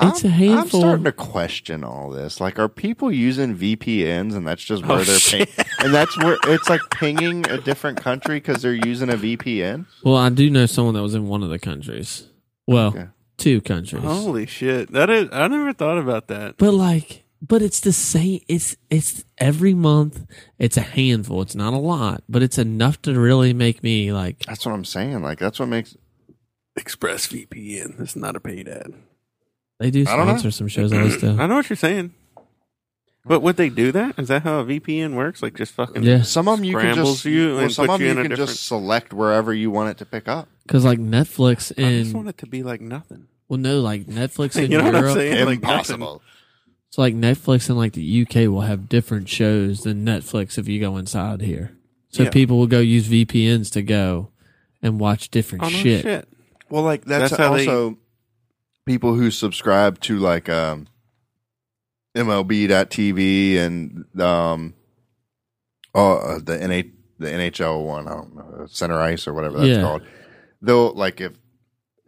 Speaker 2: It's
Speaker 3: I'm,
Speaker 2: a handful.
Speaker 3: I'm starting to question all this. Like, are people using VPNs and that's just where
Speaker 4: Oh,
Speaker 3: they're ping-
Speaker 4: shit.
Speaker 3: and that's where it's like pinging a different country because they're using a VPN?
Speaker 2: Well, I do know someone that was in one of the countries. Well,
Speaker 3: Okay.
Speaker 2: two countries.
Speaker 4: Holy shit! That is. I never thought about that.
Speaker 2: But like, but it's the same. It's it's every month. It's a handful. It's not a lot, but it's enough to really make me like.
Speaker 3: That's what I'm saying. Like, that's what makes
Speaker 4: ExpressVPN. That's not a paid ad.
Speaker 2: They do
Speaker 3: I don't know.
Speaker 2: sponsor some shows and stuff.
Speaker 4: I know what you're saying. But would they do that? Is that how a VPN works? Like just fucking
Speaker 2: Yeah,
Speaker 3: some of them you can
Speaker 4: Scrambles
Speaker 3: just
Speaker 4: you
Speaker 3: well,
Speaker 4: and
Speaker 3: some
Speaker 4: puts
Speaker 3: of
Speaker 4: you
Speaker 3: them
Speaker 4: in
Speaker 3: you
Speaker 4: a
Speaker 3: can
Speaker 4: different-
Speaker 3: just select wherever you want it to pick up.
Speaker 2: because like Netflix
Speaker 4: I just want
Speaker 2: and
Speaker 4: it to be like nothing.
Speaker 2: well, no, like Netflix in
Speaker 4: You know what I'm
Speaker 2: Europe.
Speaker 4: saying? Like
Speaker 3: Impossible.
Speaker 2: So like Netflix and like the UK will have different shows than Netflix if you go inside here. So
Speaker 4: Yeah.
Speaker 2: people will go use VPNs to go and watch different
Speaker 4: nothing. Oh, no
Speaker 2: shit.
Speaker 4: shit.
Speaker 3: Well, like that's,
Speaker 4: That's how they-
Speaker 3: also people who subscribe to like um, MLB.TV and um, oh uh, the NH the NHL one. I don't know Center Ice or whatever that's
Speaker 2: Yeah.
Speaker 3: called. They'll like if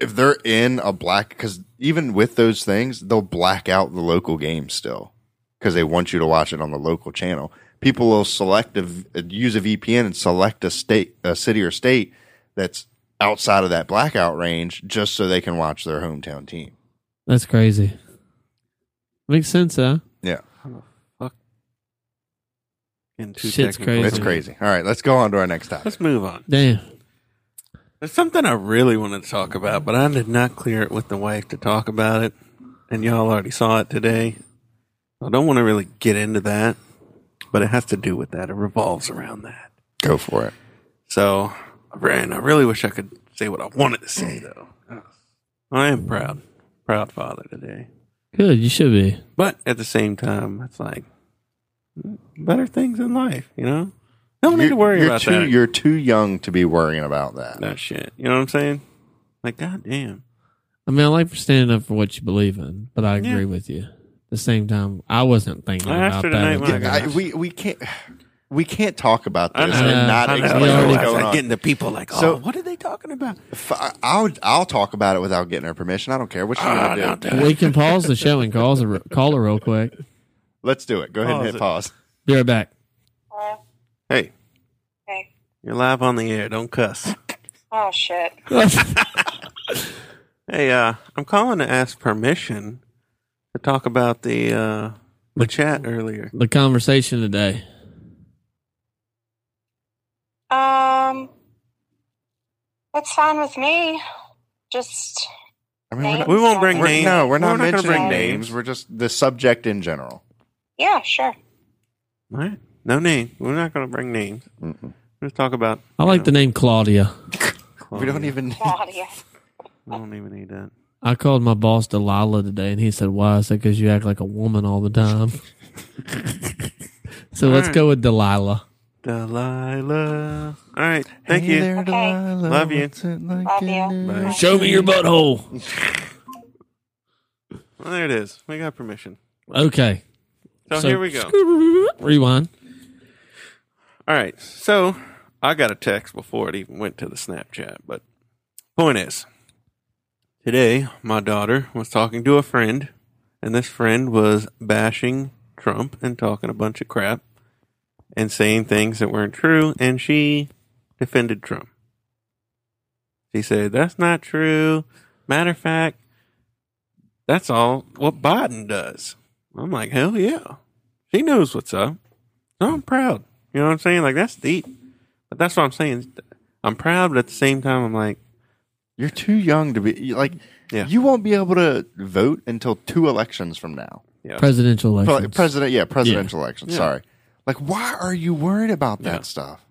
Speaker 3: if they're in a black because even with those things they'll black out the local game still because they want you to watch it on the local channel. People will select a v- use a VPN and select a state, a city or state that's outside of that blackout range, just so they can watch their hometown team.
Speaker 2: That's crazy. Makes sense, huh?
Speaker 3: Yeah,
Speaker 4: Getting too
Speaker 2: Shit's
Speaker 4: technical.
Speaker 2: Crazy.
Speaker 3: it's crazy. All right, let's go on to our next topic.
Speaker 4: Let's move on.
Speaker 2: Damn.
Speaker 4: There's something I really wanted to talk about, but I did not clear it with the wife to talk about it, and y'all already saw it today. I don't want to really get into that, but it has to do with that. It revolves around that.
Speaker 3: Go for it.
Speaker 4: So, Brian, I really wish I could say what I wanted to say, though. I am proud, proud father today.
Speaker 2: Good. You should be.
Speaker 4: But at the same time, it's like better things in life, you know. Don't need to worry
Speaker 3: you're
Speaker 4: about
Speaker 3: too,
Speaker 4: that.
Speaker 3: You're too young to be worrying about that.
Speaker 4: that shit. You know what I'm saying? Like, goddamn.
Speaker 2: I mean, I like for standing up for what you believe in, but I agree
Speaker 4: Yeah.
Speaker 2: with you. At the same time, I wasn't thinking
Speaker 4: I
Speaker 2: about
Speaker 4: asked her
Speaker 2: that.
Speaker 4: tonight
Speaker 2: at
Speaker 4: when
Speaker 2: the
Speaker 4: I got
Speaker 2: time.
Speaker 3: I, we we can't we can't talk about
Speaker 4: I
Speaker 3: this
Speaker 4: know.
Speaker 3: and not
Speaker 2: I know.
Speaker 3: explain
Speaker 2: We already
Speaker 3: what's
Speaker 2: got
Speaker 3: going on.
Speaker 4: getting the people like, oh,
Speaker 3: So-
Speaker 4: what are they talking about?
Speaker 3: F- I- I'll I'll talk about it without getting her permission. I don't care what you
Speaker 4: Ah,
Speaker 3: want to
Speaker 4: don't
Speaker 3: do.
Speaker 4: do it.
Speaker 2: we can pause the show and call her, call her real quick.
Speaker 3: Let's do it. Go ahead and
Speaker 4: Pause
Speaker 3: hit
Speaker 4: it.
Speaker 3: pause.
Speaker 2: Be right back.
Speaker 5: Hello?
Speaker 4: Hey,
Speaker 5: Hey.
Speaker 4: you're live on the air. Don't cuss.
Speaker 5: Oh shit.
Speaker 4: Hey, uh, I'm calling to ask permission to talk about the uh, the chat earlier.
Speaker 2: the conversation today.
Speaker 5: Um, that's fine with me. Just
Speaker 3: I mean, we're not,
Speaker 5: Thanks.
Speaker 4: We won't bring
Speaker 3: we're,
Speaker 4: names.
Speaker 3: no, we're not,
Speaker 4: gonna
Speaker 3: mentioning
Speaker 5: bring
Speaker 3: names. We're just the subject in general.
Speaker 5: yeah, sure.
Speaker 4: All right. No name. We're not going to bring names. Let's talk about.
Speaker 2: I like the name Claudia.
Speaker 3: We don't even.
Speaker 5: Claudia.
Speaker 4: We don't even need that.
Speaker 2: I called my boss Delilah today, and he said, "Why?" I said, "Because you act like a woman all the time." so let's
Speaker 4: right.
Speaker 2: go with Delilah.
Speaker 4: Delilah. All right. Thank
Speaker 3: Hey
Speaker 4: you.
Speaker 3: there, Delilah,
Speaker 4: Love you.
Speaker 3: what's it like
Speaker 5: Love
Speaker 3: in
Speaker 5: you.
Speaker 3: there?
Speaker 4: Bye.
Speaker 2: Show me your butthole.
Speaker 4: Well, there it is. We got permission.
Speaker 2: Okay.
Speaker 4: So,
Speaker 2: So-
Speaker 4: Oh, here we go.
Speaker 2: Rewind.
Speaker 4: All right. So I got a text before it even went to the Snapchat, but point is today my daughter was talking to a friend, and this friend was bashing Trump and talking a bunch of crap and saying things that weren't true, and she defended Trump. She said, That's not true. Matter of fact, that's all what Biden does. I'm like, Hell yeah. She knows what's up. So I'm proud. You know what I'm saying? Like that's deep. But that's what I'm saying. I'm proud, but at the same time, I'm like,
Speaker 3: You're too young to be you- like.
Speaker 4: Yeah.
Speaker 3: You won't be able to vote until two elections from now.
Speaker 4: Yeah.
Speaker 2: Presidential
Speaker 3: Pre-
Speaker 2: election.
Speaker 3: president, yeah, presidential election.
Speaker 4: Yeah.
Speaker 3: Sorry. Like, why are you worried about that
Speaker 4: Yeah.
Speaker 3: stuff?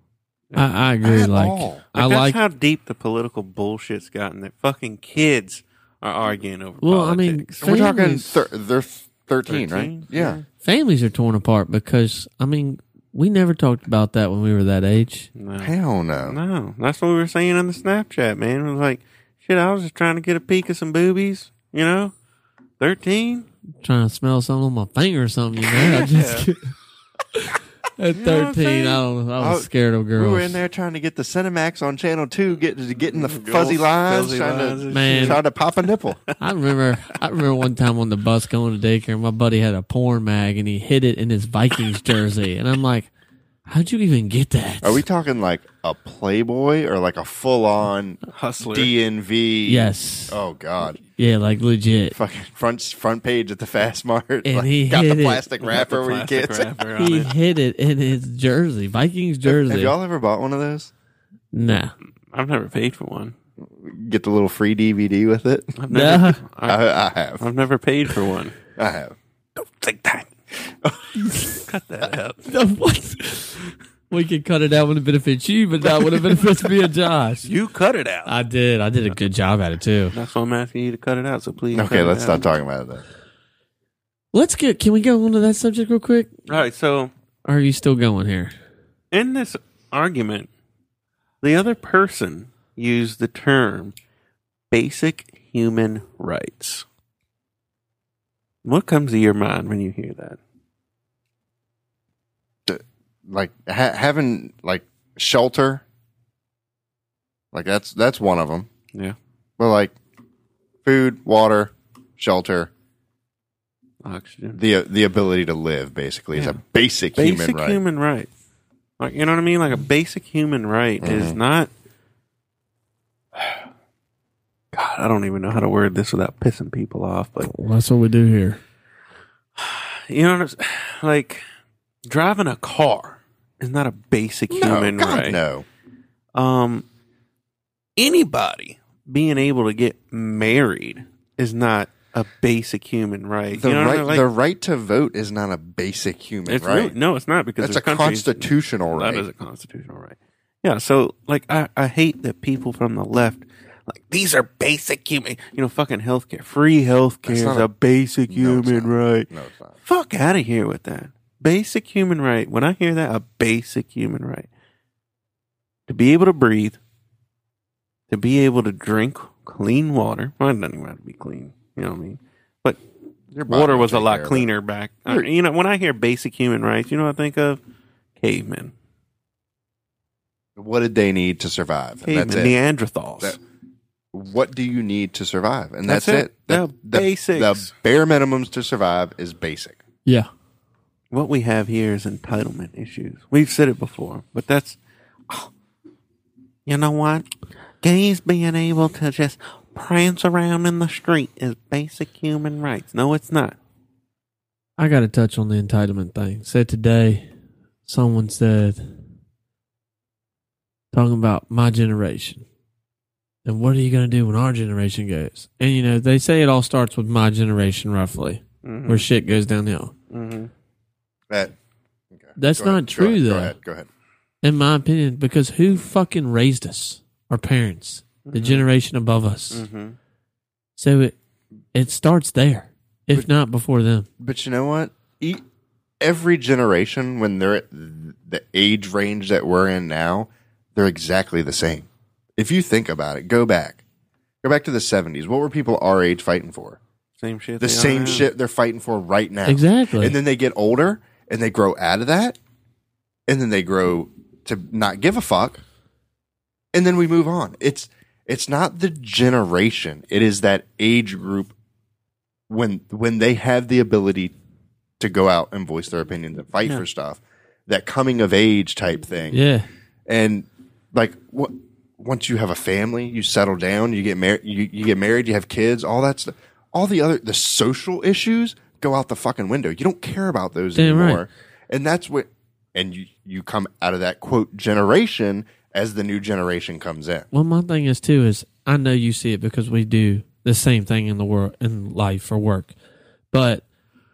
Speaker 2: I, I agree.
Speaker 3: At
Speaker 2: Like
Speaker 3: all.
Speaker 2: I
Speaker 4: that's
Speaker 2: like.
Speaker 4: how deep the political bullshit's gotten that fucking kids are arguing over
Speaker 2: Well, I mean,
Speaker 4: politics.
Speaker 3: And we're talking
Speaker 2: families,
Speaker 3: thir- they're 13,
Speaker 4: 13,
Speaker 3: right? Yeah.
Speaker 2: families are torn apart because I mean we never talked about that when we were that age.
Speaker 4: No.
Speaker 3: Hell no.
Speaker 4: no, that's what we were saying on the Snapchat, man. It was like, shit, I was just trying to get a peek of some boobies, you know? 13?
Speaker 2: Trying to smell something on my finger or something. You know, I just at
Speaker 4: know what I'm
Speaker 2: thirteen,
Speaker 4: saying?
Speaker 2: I don't know. I was
Speaker 3: Oh,
Speaker 2: scared of
Speaker 3: We
Speaker 2: girls.
Speaker 3: were in there trying to get the Cinemax on channel two, get getting the
Speaker 4: Old
Speaker 3: fuzzy lines,
Speaker 4: fuzzy
Speaker 3: trying
Speaker 4: lines
Speaker 3: to
Speaker 4: and
Speaker 2: Man. shit.
Speaker 3: trying to pop a nipple.
Speaker 2: I remember. I remember one time on the bus going to daycare. My buddy had a porn mag and he hid it in his Vikings jersey, and I'm like, "How'd you even get that?"
Speaker 3: Are we talking like a Playboy or like a full on
Speaker 4: Hustler.
Speaker 3: DNV?
Speaker 2: Yes.
Speaker 3: Oh God!
Speaker 2: Yeah, like legit.
Speaker 3: Fucking front front page at the Fast Mart.
Speaker 2: And he
Speaker 3: got the
Speaker 2: hit it.
Speaker 3: plastic wrapper where you
Speaker 4: Plastic
Speaker 3: can't. see-
Speaker 4: wrapper on
Speaker 2: He
Speaker 4: it.
Speaker 2: hid it in his jersey, Vikings jersey.
Speaker 3: Have y'all ever bought one of those?
Speaker 2: nah,
Speaker 4: I've never paid for one.
Speaker 3: Get the little free DVD with it.
Speaker 4: I've never, I,
Speaker 3: I, I have.
Speaker 4: I've never paid for one.
Speaker 3: I have.
Speaker 4: Take that. Cut that out.
Speaker 2: what? We could cut it out when it benefits you, but not when it benefits me and Josh.
Speaker 4: You cut it out.
Speaker 2: I did. I did a good job at it too.
Speaker 4: That's why I'm asking you to cut it out. So please. cut
Speaker 3: Okay,
Speaker 4: it
Speaker 3: let's stop
Speaker 4: out.
Speaker 3: talking about that.
Speaker 2: Let's get. Can we go on to that subject real quick?
Speaker 4: All right. So
Speaker 2: Or are you still going here?
Speaker 4: in this argument, the other person used the term basic human rights. What comes to your mind when you hear that?
Speaker 3: Like ha- having like shelter. Like that's that's one of them.
Speaker 4: Yeah.
Speaker 3: But like food, water, shelter,
Speaker 4: Oxygen.
Speaker 3: the the ability to live basically is a
Speaker 4: Yeah.
Speaker 3: basic,
Speaker 4: basic
Speaker 3: human right.
Speaker 4: human right. Like you know what I mean? Like a basic human right is
Speaker 3: Mm-hmm.
Speaker 4: not. God, I don't even know how to word this without pissing people off. But
Speaker 2: Well, that's what we do here.
Speaker 4: you know what I'm saying? Like driving a car is not a basic
Speaker 3: No,
Speaker 4: human
Speaker 3: God,
Speaker 4: right.
Speaker 3: no.
Speaker 4: Um, anybody being able to get married is not a basic human right.
Speaker 3: The
Speaker 4: you know what I
Speaker 3: right
Speaker 4: mean? Like,
Speaker 3: the right to vote is not a basic human
Speaker 4: it's
Speaker 3: right.
Speaker 4: really- no, it's not because
Speaker 3: That's a
Speaker 4: there's countries-
Speaker 3: constitutional right.
Speaker 4: That is a constitutional right. Yeah. So, like, I, I hate that people from the left, like, these are basic human, you know, fucking healthcare. Free healthcare
Speaker 3: That's
Speaker 4: is
Speaker 3: not
Speaker 4: a,
Speaker 3: a-
Speaker 4: basic
Speaker 3: No, it's
Speaker 4: human
Speaker 3: not.
Speaker 4: right.
Speaker 3: no, it's not.
Speaker 4: Fuck out of here with that. Basic human right. When I hear that, a basic human right to be able to breathe, to be able to drink clean water. Well, it doesn't even have to be clean. You know what I mean? But
Speaker 3: Your body
Speaker 4: water
Speaker 3: will
Speaker 4: was a
Speaker 3: take care
Speaker 4: lot
Speaker 3: of it.
Speaker 4: cleaner back. I- you know, when I hear basic human rights, you know what I think of? Cavemen.
Speaker 3: What did they need to survive? And
Speaker 4: Cavemen.
Speaker 3: that's it.
Speaker 4: Neanderthals.
Speaker 3: That- what do you need to survive? And
Speaker 4: That's
Speaker 3: that's,
Speaker 4: it.
Speaker 3: it.
Speaker 4: The basics.
Speaker 3: The bare minimums to survive is basic.
Speaker 2: Yeah.
Speaker 4: what we have here is entitlement issues. We've said it before, but that's oh, you know what? Gays being able to just prance around in the street is basic human rights. No, it's not.
Speaker 2: I got to touch on the entitlement thing. Said today, someone said, talking about my generation. And what are you going to do when our generation goes? And, you know, they say it all starts with my generation, roughly, where shit goes downhill.
Speaker 3: That, okay.
Speaker 2: That's
Speaker 3: Go
Speaker 2: not
Speaker 3: ahead.
Speaker 2: true,
Speaker 3: go ahead,
Speaker 2: though.
Speaker 3: Go ahead. Go ahead.
Speaker 2: in my opinion, because who fucking raised us? Our parents, the generation above us. So it it starts there, if not before them.
Speaker 3: But you know what? E- Every generation, when they're at th- the age range that we're in now, they're exactly the same. If you think about it, go back. Go back to the 70s. What were people our age fighting for?
Speaker 4: Same shit.
Speaker 3: The
Speaker 4: they are
Speaker 3: same
Speaker 4: now.
Speaker 3: shit they're fighting for right now.
Speaker 2: Exactly.
Speaker 3: And then they get older and they grow out of that. And then they grow to not give a fuck. And then we move on. It's it's not the generation. It is that age group when when they have the ability to go out and voice their opinions and fight for stuff. That coming of age type thing.
Speaker 2: Yeah.
Speaker 3: And like what once you have a family, you settle down, you get married, you, you get married, you have kids, all that stuff. All the other the social issues go out the fucking window. You don't care about those
Speaker 2: Damn
Speaker 3: anymore.
Speaker 2: right.
Speaker 3: And that's what and you you come out of that quote generation as the new generation comes in.
Speaker 2: Well, my thing is too is I know you see it because we do the same thing in the world in life or work, but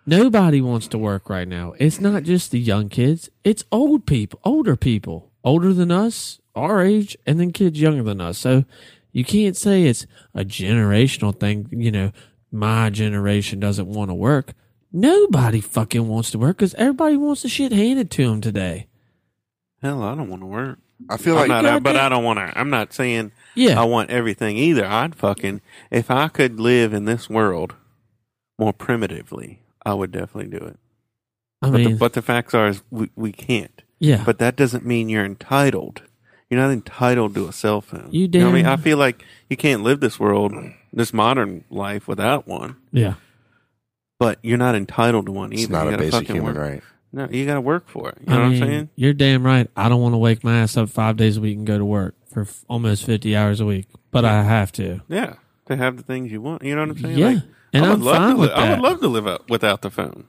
Speaker 2: Nobody wants to work right now. It's not just the young kids, it's old people, older people, older than us, our age, and then kids younger than us. So you can't say it's a generational thing, you know, my generation doesn't want to work. Nobody fucking wants to work because everybody wants the shit handed to them today.
Speaker 4: Hell, I don't want to work.
Speaker 3: I feel
Speaker 4: I'm
Speaker 3: like
Speaker 4: not,
Speaker 2: God
Speaker 4: I- but
Speaker 2: damn-
Speaker 4: I don't want to. I'm not saying
Speaker 2: Yeah.
Speaker 4: I want everything either. I'd fucking if I could live in this world more primitively, I would definitely do it.
Speaker 2: I
Speaker 4: But, the,
Speaker 2: mean,
Speaker 4: but the facts are, is we, we can't.
Speaker 2: yeah.
Speaker 4: But that doesn't mean you're entitled. You're not entitled to a cell phone.
Speaker 2: You
Speaker 4: know what I mean, I
Speaker 2: damn-
Speaker 4: feel like you can't live this world, this modern life, without one.
Speaker 2: yeah.
Speaker 4: But you're not entitled to one either.
Speaker 3: it's not
Speaker 4: You
Speaker 3: a
Speaker 4: gotta
Speaker 3: basic
Speaker 4: fucking
Speaker 3: human
Speaker 4: work.
Speaker 3: right.
Speaker 4: No, you got to work for it. You know
Speaker 2: mean,
Speaker 4: what I'm saying?
Speaker 2: You're damn right. I don't want to wake my ass up five days a week and go to work for f- almost 50 hours a week, but I have to.
Speaker 4: Yeah, to have the things you want. You know what I'm saying?
Speaker 2: Yeah,
Speaker 4: Like,
Speaker 2: and
Speaker 4: I would
Speaker 2: I'm
Speaker 4: love
Speaker 2: fine
Speaker 4: to
Speaker 2: with
Speaker 4: li- I would
Speaker 2: that.
Speaker 4: love to live out without the phone.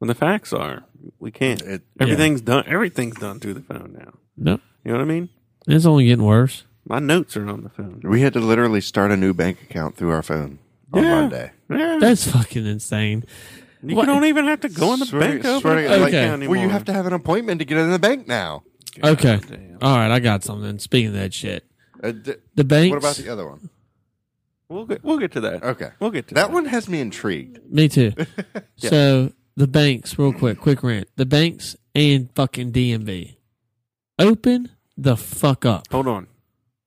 Speaker 4: When the facts are, we can't.
Speaker 3: It-
Speaker 4: everything's done. Everything's done through the phone now.
Speaker 2: No,
Speaker 4: You know what I mean?
Speaker 2: it's only getting worse.
Speaker 4: My notes are on the phone.
Speaker 3: We had to literally start a new bank account through our phone on
Speaker 4: Yeah.
Speaker 3: Monday.
Speaker 4: Yeah,
Speaker 2: That's fucking insane.
Speaker 4: you
Speaker 2: what-
Speaker 4: don't even have to go in the
Speaker 3: Swear
Speaker 4: bank.
Speaker 3: to-
Speaker 4: to
Speaker 3: swear to
Speaker 4: open
Speaker 3: God,
Speaker 4: an
Speaker 2: like,
Speaker 4: account
Speaker 3: Well, you
Speaker 4: anymore.
Speaker 3: have to have an appointment to get in the bank now.
Speaker 2: Okay.
Speaker 4: damn.
Speaker 2: All right. I got something. Speaking of that shit,
Speaker 3: Uh, d-
Speaker 2: the banks.
Speaker 3: what about the other one?
Speaker 4: We'll get we'll get to that.
Speaker 3: Okay.
Speaker 4: we'll get to that,
Speaker 3: That one has me intrigued.
Speaker 2: Me too. So the banks, real quick, quick rant. The banks and fucking DMV. Open the fuck up.
Speaker 4: Hold on,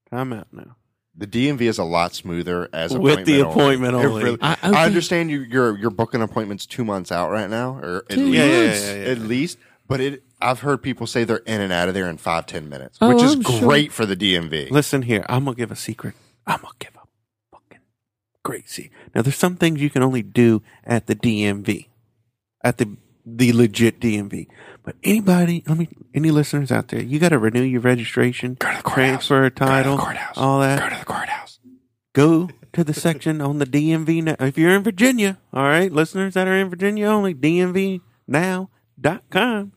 Speaker 4: time out now.
Speaker 3: The DMV is a lot smoother as
Speaker 4: With the appointment
Speaker 3: It
Speaker 4: only.
Speaker 3: really-
Speaker 2: I-
Speaker 3: I,
Speaker 2: okay.
Speaker 3: understand you, you're you're booking appointments two months out right now, or at
Speaker 2: Two
Speaker 3: least,
Speaker 4: Yeah, yeah,
Speaker 2: months.
Speaker 4: yeah, yeah.
Speaker 3: at least. But it, I've heard people say they're in and out of there in five ten minutes,
Speaker 2: Oh,
Speaker 3: which is
Speaker 2: I'm sure.
Speaker 3: great for the DMV.
Speaker 4: Listen here, I'm gonna give a secret. I'm gonna give a fucking great secret. Now, there's some things you can only do at the DMV, at the the legit DMV. But anybody, let me, any listeners out there, you got to renew your registration,
Speaker 3: Go to the courthouse.
Speaker 4: transfer
Speaker 3: Go
Speaker 4: a
Speaker 3: to
Speaker 4: title,
Speaker 3: the courthouse.
Speaker 4: all that
Speaker 3: Go to the courthouse.
Speaker 4: go to the section on the DMV now. If you're in Virginia, all right, listeners that are in Virginia only, DMVnow.com.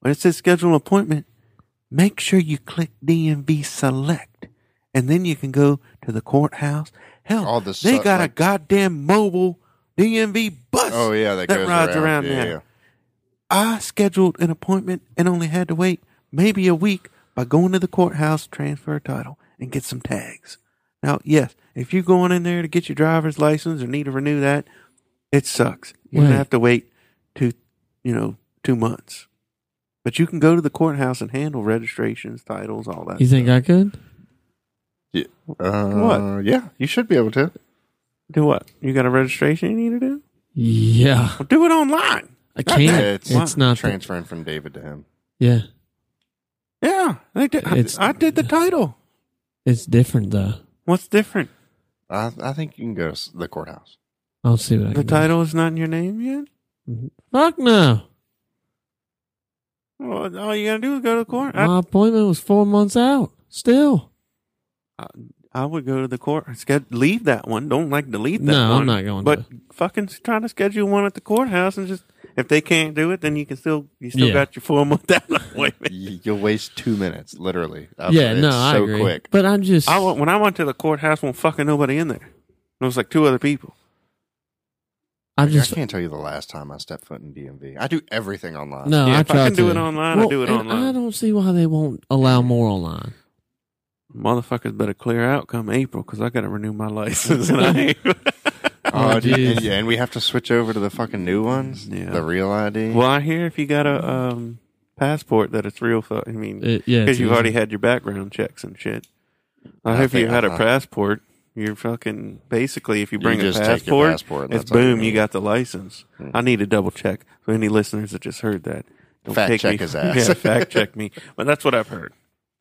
Speaker 4: When it says schedule an appointment, make sure you click DMV select, and then you can go to the courthouse. Hell,
Speaker 3: All the
Speaker 4: they
Speaker 3: su-
Speaker 4: got a
Speaker 3: like-
Speaker 4: goddamn mobile DMV bus.
Speaker 3: Oh yeah, that, goes
Speaker 4: rides around,
Speaker 3: Yeah,
Speaker 4: now.
Speaker 3: yeah.
Speaker 4: I scheduled an appointment and only had to wait maybe a week by going to the courthouse, transfer a title, and get some tags. Now, yes, if you're going in there to get your driver's license or need to renew that, it sucks. You're
Speaker 2: Right.
Speaker 4: gonna have to wait two, you know, two months. But you can go to the courthouse and handle registrations, titles, all that.
Speaker 2: You think I could?
Speaker 3: Uh,
Speaker 4: What?
Speaker 3: Yeah, you should be able to.
Speaker 4: do what? You got a registration you need to do?
Speaker 2: Yeah.
Speaker 4: Well, do it online.
Speaker 2: I can't. It's,
Speaker 3: It's
Speaker 2: not. the-
Speaker 3: Transferring from David to him.
Speaker 2: yeah.
Speaker 4: Yeah, they did. I,
Speaker 2: It's-
Speaker 4: I did the title.
Speaker 2: It's different though.
Speaker 4: What's different?
Speaker 3: I, I think you can go to s- the courthouse.
Speaker 2: I'll see what I
Speaker 4: The
Speaker 2: can
Speaker 4: title is not in your name yet.
Speaker 2: do. Fuck no.
Speaker 4: Well, all you gotta do is go to the court. I,
Speaker 2: My appointment was four months out. Still.
Speaker 4: I would go to the court. Sched- leave that one. Don't like delete that.
Speaker 2: No, I'm
Speaker 4: one.
Speaker 2: not going
Speaker 4: But fucking s- try to schedule one at the courthouse and just if they can't do it, then you can still you still
Speaker 2: Yeah.
Speaker 4: got your four month out appointment.
Speaker 3: Y- You'll waste two minutes, literally. I-
Speaker 2: yeah,
Speaker 3: it's
Speaker 2: no, I
Speaker 3: so
Speaker 2: agree.
Speaker 3: quick.
Speaker 2: But I'm just.
Speaker 4: I went, when I went to the courthouse, when fucking nobody in there. There was like two other people.
Speaker 2: I
Speaker 3: I
Speaker 2: just.
Speaker 3: can't tell you the last time I stepped foot in DMV. I do everything online.
Speaker 2: No,
Speaker 4: Yeah,
Speaker 2: I
Speaker 4: if I
Speaker 2: try
Speaker 4: can do
Speaker 2: to.
Speaker 4: it online, I do it
Speaker 2: and
Speaker 4: online.
Speaker 2: I don't see why they won't allow more online.
Speaker 4: Motherfuckers better clear out come April because I got to renew my license. And I
Speaker 3: Oh,
Speaker 2: Oh,
Speaker 3: dude, and,
Speaker 2: jeez.
Speaker 3: yeah, and we have to switch over to the fucking new ones.
Speaker 4: Yeah.
Speaker 3: The real ID.
Speaker 4: well, I hear if you got a um, passport that it's real. Fu- I mean,
Speaker 2: It, Uh, yeah,
Speaker 4: because
Speaker 2: it's
Speaker 4: you've
Speaker 2: easy.
Speaker 4: already had your background checks and shit. I
Speaker 3: I
Speaker 4: hope you
Speaker 3: think-
Speaker 4: had a
Speaker 3: uh-huh.
Speaker 4: passport. You're fucking basically if you bring a
Speaker 3: just take your
Speaker 4: passport,
Speaker 3: passport and
Speaker 4: it's
Speaker 3: that's all you
Speaker 4: boom, you
Speaker 3: need. Hmm.
Speaker 4: got the license. I need to double check. So any listeners that just heard that, don't
Speaker 3: Fact
Speaker 4: take
Speaker 3: check
Speaker 4: me-
Speaker 3: his ass.
Speaker 4: yeah, fact check me. But that's what I've heard.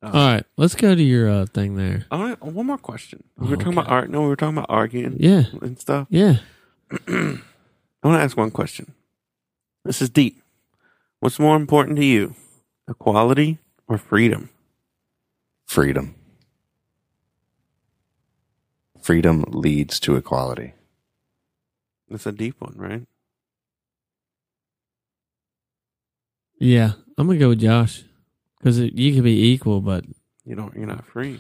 Speaker 4: Um,
Speaker 2: All right, let's go to your uh, thing there.
Speaker 4: I want one more question. We were
Speaker 2: Oh,
Speaker 4: talking about
Speaker 2: okay.
Speaker 4: art. No, we were talking about arguing
Speaker 2: Yeah,
Speaker 4: and stuff.
Speaker 2: yeah.
Speaker 4: I want to ask one question. This is deep. What's more important to you, equality or freedom?
Speaker 3: Freedom. Freedom leads to equality.
Speaker 4: That's a deep one, right?
Speaker 2: Yeah, I'm gonna go with Josh because you can be equal, but
Speaker 4: You don't. You're not free.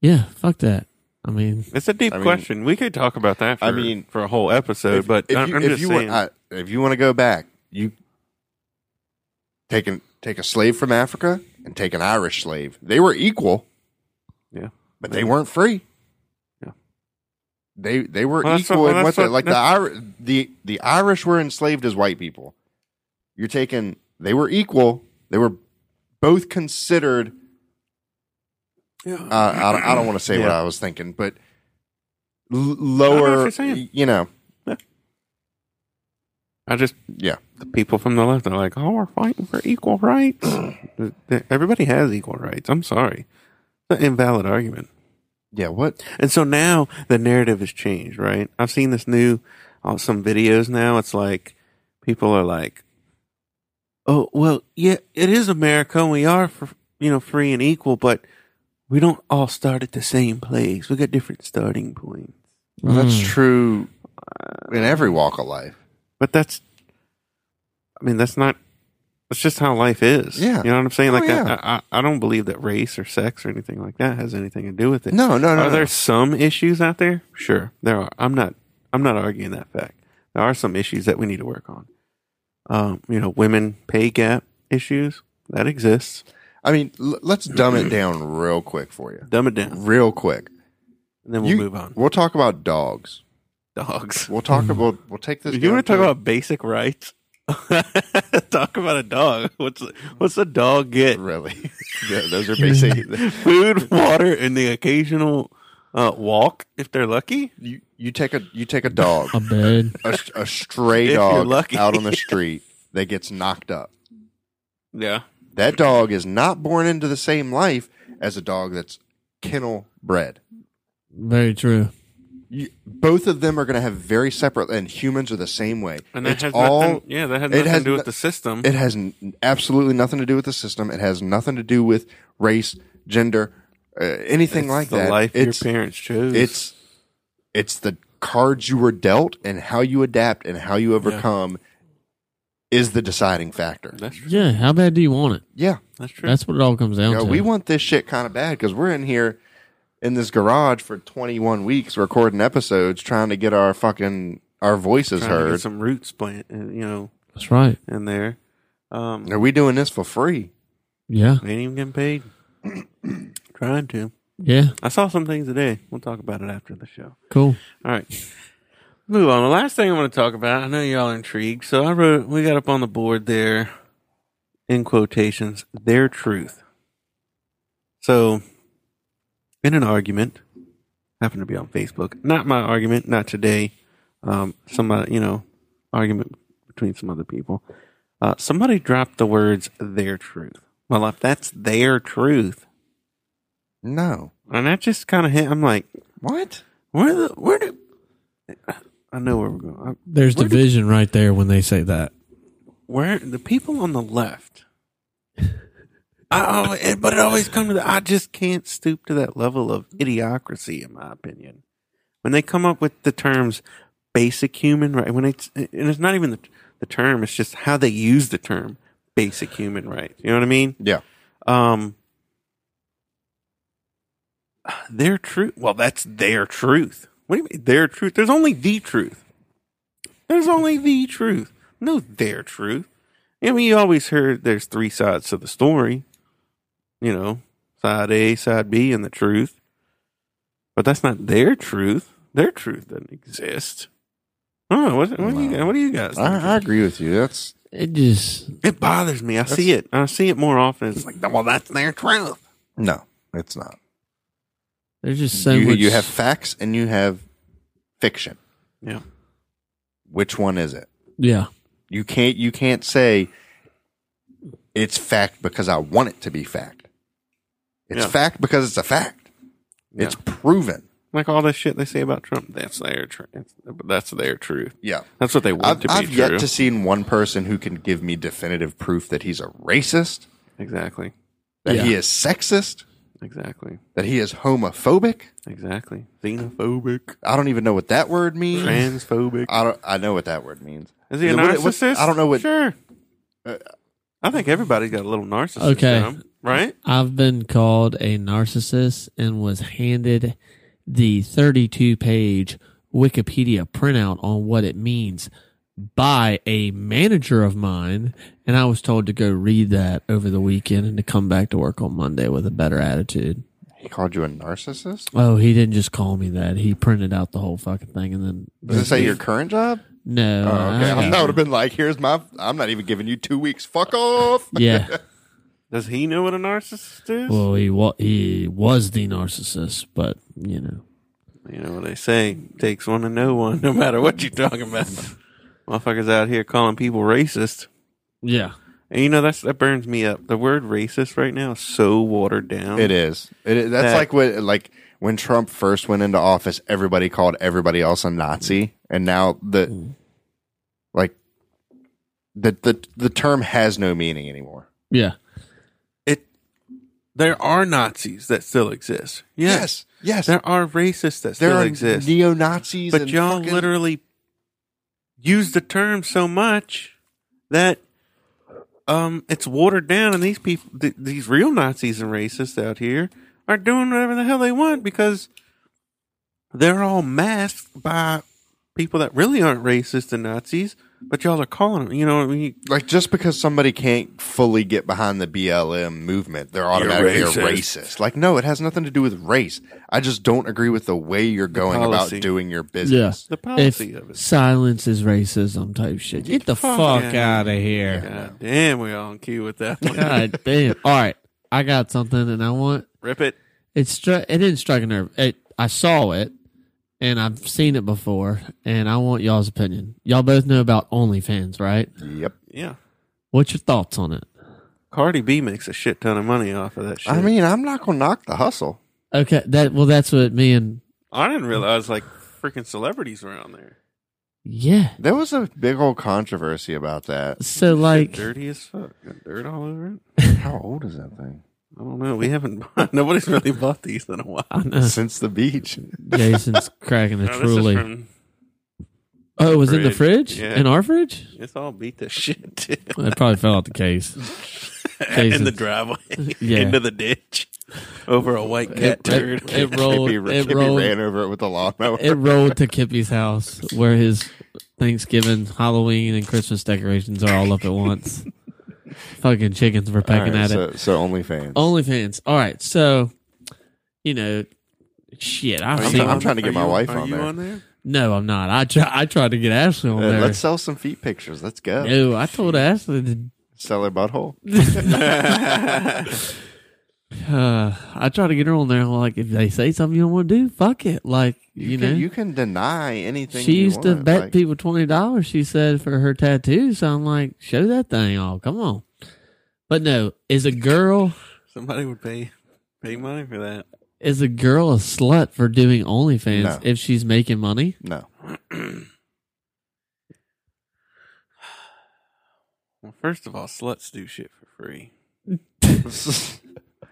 Speaker 2: yeah, fuck that. I mean,
Speaker 4: It's a deep
Speaker 3: I mean-
Speaker 4: question. We could talk about that. For,
Speaker 3: I mean,
Speaker 4: for a whole episode,
Speaker 3: If-
Speaker 4: but
Speaker 3: if
Speaker 4: I'm,
Speaker 3: you,
Speaker 4: I'm
Speaker 3: if
Speaker 4: just
Speaker 3: you
Speaker 4: saying.
Speaker 3: want, I, if you want to go back, you take an, take a slave from Africa and take an Irish slave. They were equal.
Speaker 4: Yeah.
Speaker 3: but they weren't free.
Speaker 4: Yeah.
Speaker 3: They they were
Speaker 4: Well, that's
Speaker 3: equal
Speaker 4: what-
Speaker 3: in
Speaker 4: well,
Speaker 3: what
Speaker 4: that's
Speaker 3: they
Speaker 4: what-
Speaker 3: like the Irish the the Irish were enslaved as white people. You're taking they were equal. They were both considered
Speaker 4: Yeah.
Speaker 3: uh, I, don't- I don't want to say what
Speaker 4: Yeah.
Speaker 3: I was thinking, but l-
Speaker 4: I know what
Speaker 3: lower,
Speaker 4: you're saying.
Speaker 3: you know,
Speaker 4: I just
Speaker 3: yeah.
Speaker 4: the people from the left are like, oh, we're fighting for equal rights. Everybody has equal rights. I'm sorry, it's an invalid argument.
Speaker 3: Yeah, what?
Speaker 4: And so now the narrative has changed, right? I've seen this new, uh, some videos now. It's like people are like, "Oh, well, yeah, it is America. And we are, for, you know, free and equal, but we don't all start at the same place. We got different starting points."
Speaker 3: Well, that's
Speaker 4: Hmm.
Speaker 2: mm,
Speaker 3: true in every walk of life.
Speaker 4: But that's, I mean, that's not. That's just how life is.
Speaker 3: Yeah.
Speaker 4: you know what I'm saying.
Speaker 3: Oh,
Speaker 4: Like, I-
Speaker 3: yeah.
Speaker 4: I, I, I don't believe that race or sex or anything like that has anything to do with it.
Speaker 3: No, no, no.
Speaker 4: are
Speaker 3: no.
Speaker 4: there some issues out there? Sure, there are. I'm not. I'm not arguing that fact. There are some issues that we need to work on. Um, you know, women pay gap issues that exists.
Speaker 3: I mean, l- let's dumb it down real quick for you.
Speaker 4: Dumb it down,
Speaker 3: Real quick.
Speaker 4: and then we'll
Speaker 3: You-
Speaker 4: move on.
Speaker 3: We'll talk about dogs.
Speaker 4: Dogs.
Speaker 3: We'll talk about, we'll take this.
Speaker 4: You want to
Speaker 3: down
Speaker 4: talk about basic rights? talk about a dog. What's what's a dog get?
Speaker 3: Really? yeah, those are basic.
Speaker 4: Food, water, and the occasional uh, walk if they're lucky.
Speaker 3: you, you take a, you take a dog,
Speaker 2: a bed.
Speaker 3: a, a stray
Speaker 4: Um, If you're
Speaker 3: dog
Speaker 4: lucky.
Speaker 3: out on the street that gets knocked up.
Speaker 4: Yeah.
Speaker 3: That dog is not born into the same life as a dog that's kennel bred.
Speaker 2: Very true.
Speaker 3: You, both of them are going to have very separate, and humans are the same way.
Speaker 4: And that
Speaker 3: it's
Speaker 4: has
Speaker 3: all
Speaker 4: nothing, yeah, that has
Speaker 3: it
Speaker 4: nothing
Speaker 3: has
Speaker 4: to do with
Speaker 3: no-
Speaker 4: the system.
Speaker 3: It has n- absolutely nothing to do with the system. It has nothing to do with race, gender, uh, anything
Speaker 4: It's
Speaker 3: like
Speaker 4: the
Speaker 3: that.
Speaker 4: life
Speaker 3: it's,
Speaker 4: your parents chose.
Speaker 3: It's it's the cards you were dealt and how you adapt and how you overcome is the deciding factor.
Speaker 4: that's true.
Speaker 2: Yeah, how bad do you want it?
Speaker 3: Yeah,
Speaker 4: That's true.
Speaker 2: That's what it all comes down
Speaker 3: You know,
Speaker 2: to.
Speaker 3: we want this shit kind of bad because we're in here in this garage for 21 weeks recording episodes trying to get our fucking our voices
Speaker 4: Trying to get
Speaker 3: heard.
Speaker 4: some roots plant, uh, you know,
Speaker 2: That's right.
Speaker 4: in there. Um,
Speaker 3: Are we doing this for free?
Speaker 2: Yeah,
Speaker 4: ain't even getting paid. Trying to.
Speaker 2: yeah,
Speaker 4: I saw some things today. We'll talk about it after the show.
Speaker 2: cool.
Speaker 4: All right. Move on. The last thing I want to talk about, I know y'all are intrigued. So I wrote, we got up on the board there, in quotations, their truth. So, in an argument, happened to be on Facebook, not my argument, not today, um, somebody, you know, argument between some other people. Uh, somebody dropped the words their truth. Well, if that's their truth,
Speaker 3: No.
Speaker 4: and that just kind of hit, I'm like,
Speaker 3: What?
Speaker 4: where the where do I know where we're going? I-
Speaker 2: There's
Speaker 4: Where did-
Speaker 2: division right there when they say that.
Speaker 4: Where the people on the left? I always, it- but it always comes to the, I just can't stoop to that level of idiocracy, in my opinion. When they come up with the terms "basic human right," when it's and it's not even the the term; it's just how they use the term "basic human rights." You know what I mean?
Speaker 3: Yeah.
Speaker 4: Um, their truth. Well, that's their truth. What do you mean their truth? There's only the truth. There's only the truth. No, their truth. I mean, you always heard there's three sides to the story. You know, side A, side B, and the truth. But that's not their truth. Their truth doesn't exist. Oh, what, what do you guys? What do you guys? think?
Speaker 3: I, I agree with you. That's
Speaker 2: It just
Speaker 4: it bothers me. I see it. I see it more often. It's like, well, that's their truth.
Speaker 3: no, it's not.
Speaker 2: there's just so
Speaker 3: you,
Speaker 2: much.
Speaker 3: you have facts and you have fiction.
Speaker 4: Yeah.
Speaker 3: Which one is it?
Speaker 2: yeah,
Speaker 3: You can't you can't say it's fact because I want it to be fact. It's
Speaker 4: Yeah.
Speaker 3: fact because it's a fact. It's proven.
Speaker 4: like all this shit they say about Trump. That's their truth. That's their truth.
Speaker 3: Yeah.
Speaker 4: That's what they want
Speaker 3: I've,
Speaker 4: to be
Speaker 3: I've
Speaker 4: true.
Speaker 3: yet to seen one person who can give me definitive proof that he's a racist,
Speaker 4: exactly,
Speaker 3: that he
Speaker 2: Yeah.
Speaker 3: is sexist,
Speaker 4: exactly,
Speaker 3: that he is homophobic.
Speaker 4: exactly. Xenophobic,
Speaker 3: I don't even know what that word means.
Speaker 4: transphobic.
Speaker 3: I don't. I know what that word means.
Speaker 4: Is he a
Speaker 3: What- what-
Speaker 4: narcissist?
Speaker 3: I don't know what. Uh,
Speaker 4: Sure. I think everybody's got a little narcissist.
Speaker 2: Okay.
Speaker 4: in 'em, right?
Speaker 2: I've been called a narcissist and was handed the 32 page Wikipedia printout on what it means by a manager of mine. And I was told to go read that over the weekend and to come back to work on Monday with a better attitude.
Speaker 3: He called you a narcissist?
Speaker 2: Oh, he didn't just call me that. He printed out the whole fucking thing and then.
Speaker 3: Does it say your current job?
Speaker 2: No.
Speaker 3: Oh,
Speaker 4: Ah.
Speaker 3: okay.
Speaker 2: I-
Speaker 3: I would have been like, here's my, I'm not even giving you two weeks. Fuck off.
Speaker 2: yeah.
Speaker 4: Does he know what a narcissist is?
Speaker 2: Well, he wa- he was the narcissist, but you know.
Speaker 4: You know what they say: takes one to know one, no matter what you're talking about. Motherfuckers out here calling people racist,
Speaker 2: Yeah.
Speaker 4: and you know that's that burns me up. The word racist right now is so watered down.
Speaker 3: It is. It is. That's
Speaker 4: That-
Speaker 3: like what like when Trump first went into office, everybody called everybody else a Nazi, and now the like the the the term has no meaning anymore.
Speaker 2: Yeah.
Speaker 4: It. There are Nazis that still exist. Yes,
Speaker 3: yes.
Speaker 4: there are racists that
Speaker 3: there
Speaker 4: still
Speaker 3: are
Speaker 4: exist.
Speaker 3: neo Nazis,
Speaker 4: but y'all literally use the term so much that um it's watered down and these people th- these real nazis and racists out here are doing whatever the hell they want because they're all masked by people that really aren't racist and nazis but y'all are calling them you know what i mean
Speaker 3: like just because somebody can't fully get behind the BLM movement, they're automatically a
Speaker 4: racist.
Speaker 3: racist. Like, no, it has nothing to do with race. I just don't agree with the way you're going about
Speaker 4: policy.
Speaker 3: doing your business.
Speaker 4: the
Speaker 2: If
Speaker 4: policy of it
Speaker 2: silence is racism type shit. Get the fuck,
Speaker 4: fuck
Speaker 2: out
Speaker 4: outta
Speaker 2: of here.
Speaker 4: god damn we all on cue with that one.
Speaker 2: God damn. All right. I got something and I want
Speaker 4: rip it
Speaker 2: it struck it didn't strike a nerve. It, I saw it and I've seen it before and I want y'all's opinion. Y'all both know about OnlyFans, right?
Speaker 3: Yep.
Speaker 4: yeah
Speaker 2: What's your thoughts on it?
Speaker 4: cardi b makes a shit ton of money off of that shit
Speaker 3: I mean, I'm not gonna knock the hustle.
Speaker 2: Okay, that well that's what me and
Speaker 4: I didn't realize like freaking celebrities were on there.
Speaker 2: yeah.
Speaker 3: There was a big old controversy about that.
Speaker 2: So
Speaker 4: Shit
Speaker 2: like
Speaker 4: dirty as fuck. Got dirt all over it.
Speaker 3: How old is that thing?
Speaker 4: I don't know. We haven't. Nobody's really bought these in a while.
Speaker 2: I know.
Speaker 3: Since the beach.
Speaker 2: Jason's cracking a
Speaker 4: No, this is
Speaker 2: truly.
Speaker 4: from-
Speaker 2: oh, it was in the
Speaker 4: fridge.
Speaker 2: fridge?
Speaker 4: Yeah.
Speaker 2: In our fridge?
Speaker 4: it's all beat to shit too.
Speaker 2: It probably fell out the case.
Speaker 4: in the
Speaker 2: Jason's-
Speaker 4: driveway
Speaker 2: Yeah.
Speaker 4: into the ditch over a white cat
Speaker 2: It- it-
Speaker 4: turd.
Speaker 2: it rolled.
Speaker 3: Kippy,
Speaker 2: It
Speaker 3: Kippy
Speaker 2: rolled.
Speaker 3: ran over it with a lawnmower.
Speaker 2: It rolled to Kippy's house, where his Thanksgiving, Halloween, and Christmas decorations are all up at once. Fucking chickens were
Speaker 3: All
Speaker 2: pecking
Speaker 3: right,
Speaker 2: at
Speaker 3: so,
Speaker 2: it.
Speaker 3: so OnlyFans.
Speaker 2: OnlyFans. All right, so you know, shit. I've
Speaker 4: Are you
Speaker 2: seen.
Speaker 3: I'm
Speaker 4: on-
Speaker 3: trying to get
Speaker 4: are
Speaker 3: my
Speaker 4: you-
Speaker 3: wife
Speaker 4: are
Speaker 3: on
Speaker 4: you
Speaker 3: there.
Speaker 4: on there.
Speaker 2: no, I'm not. I try, I tried to get Ashley on
Speaker 3: Uh,
Speaker 2: there.
Speaker 3: let's sell some feet pictures. Let's go.
Speaker 2: no, I told Ashley to
Speaker 3: Sell her butthole.
Speaker 2: uh, I try to get her on there. Like, if they say something you don't want to do, fuck it. Like, you,
Speaker 3: You,
Speaker 2: know,
Speaker 3: can, you can deny anything.
Speaker 2: she
Speaker 3: you
Speaker 2: used to
Speaker 3: want,
Speaker 2: bet
Speaker 3: like-
Speaker 2: people twenty dollars. She said for her tattoo. So I'm like, show that thing off. Come on. But no, is a girl
Speaker 4: Somebody would pay pay money for that.
Speaker 2: is a girl a slut for doing OnlyFans
Speaker 3: No.
Speaker 2: if she's making money?
Speaker 3: No,
Speaker 4: Well, first of all, sluts do shit for free.
Speaker 3: slut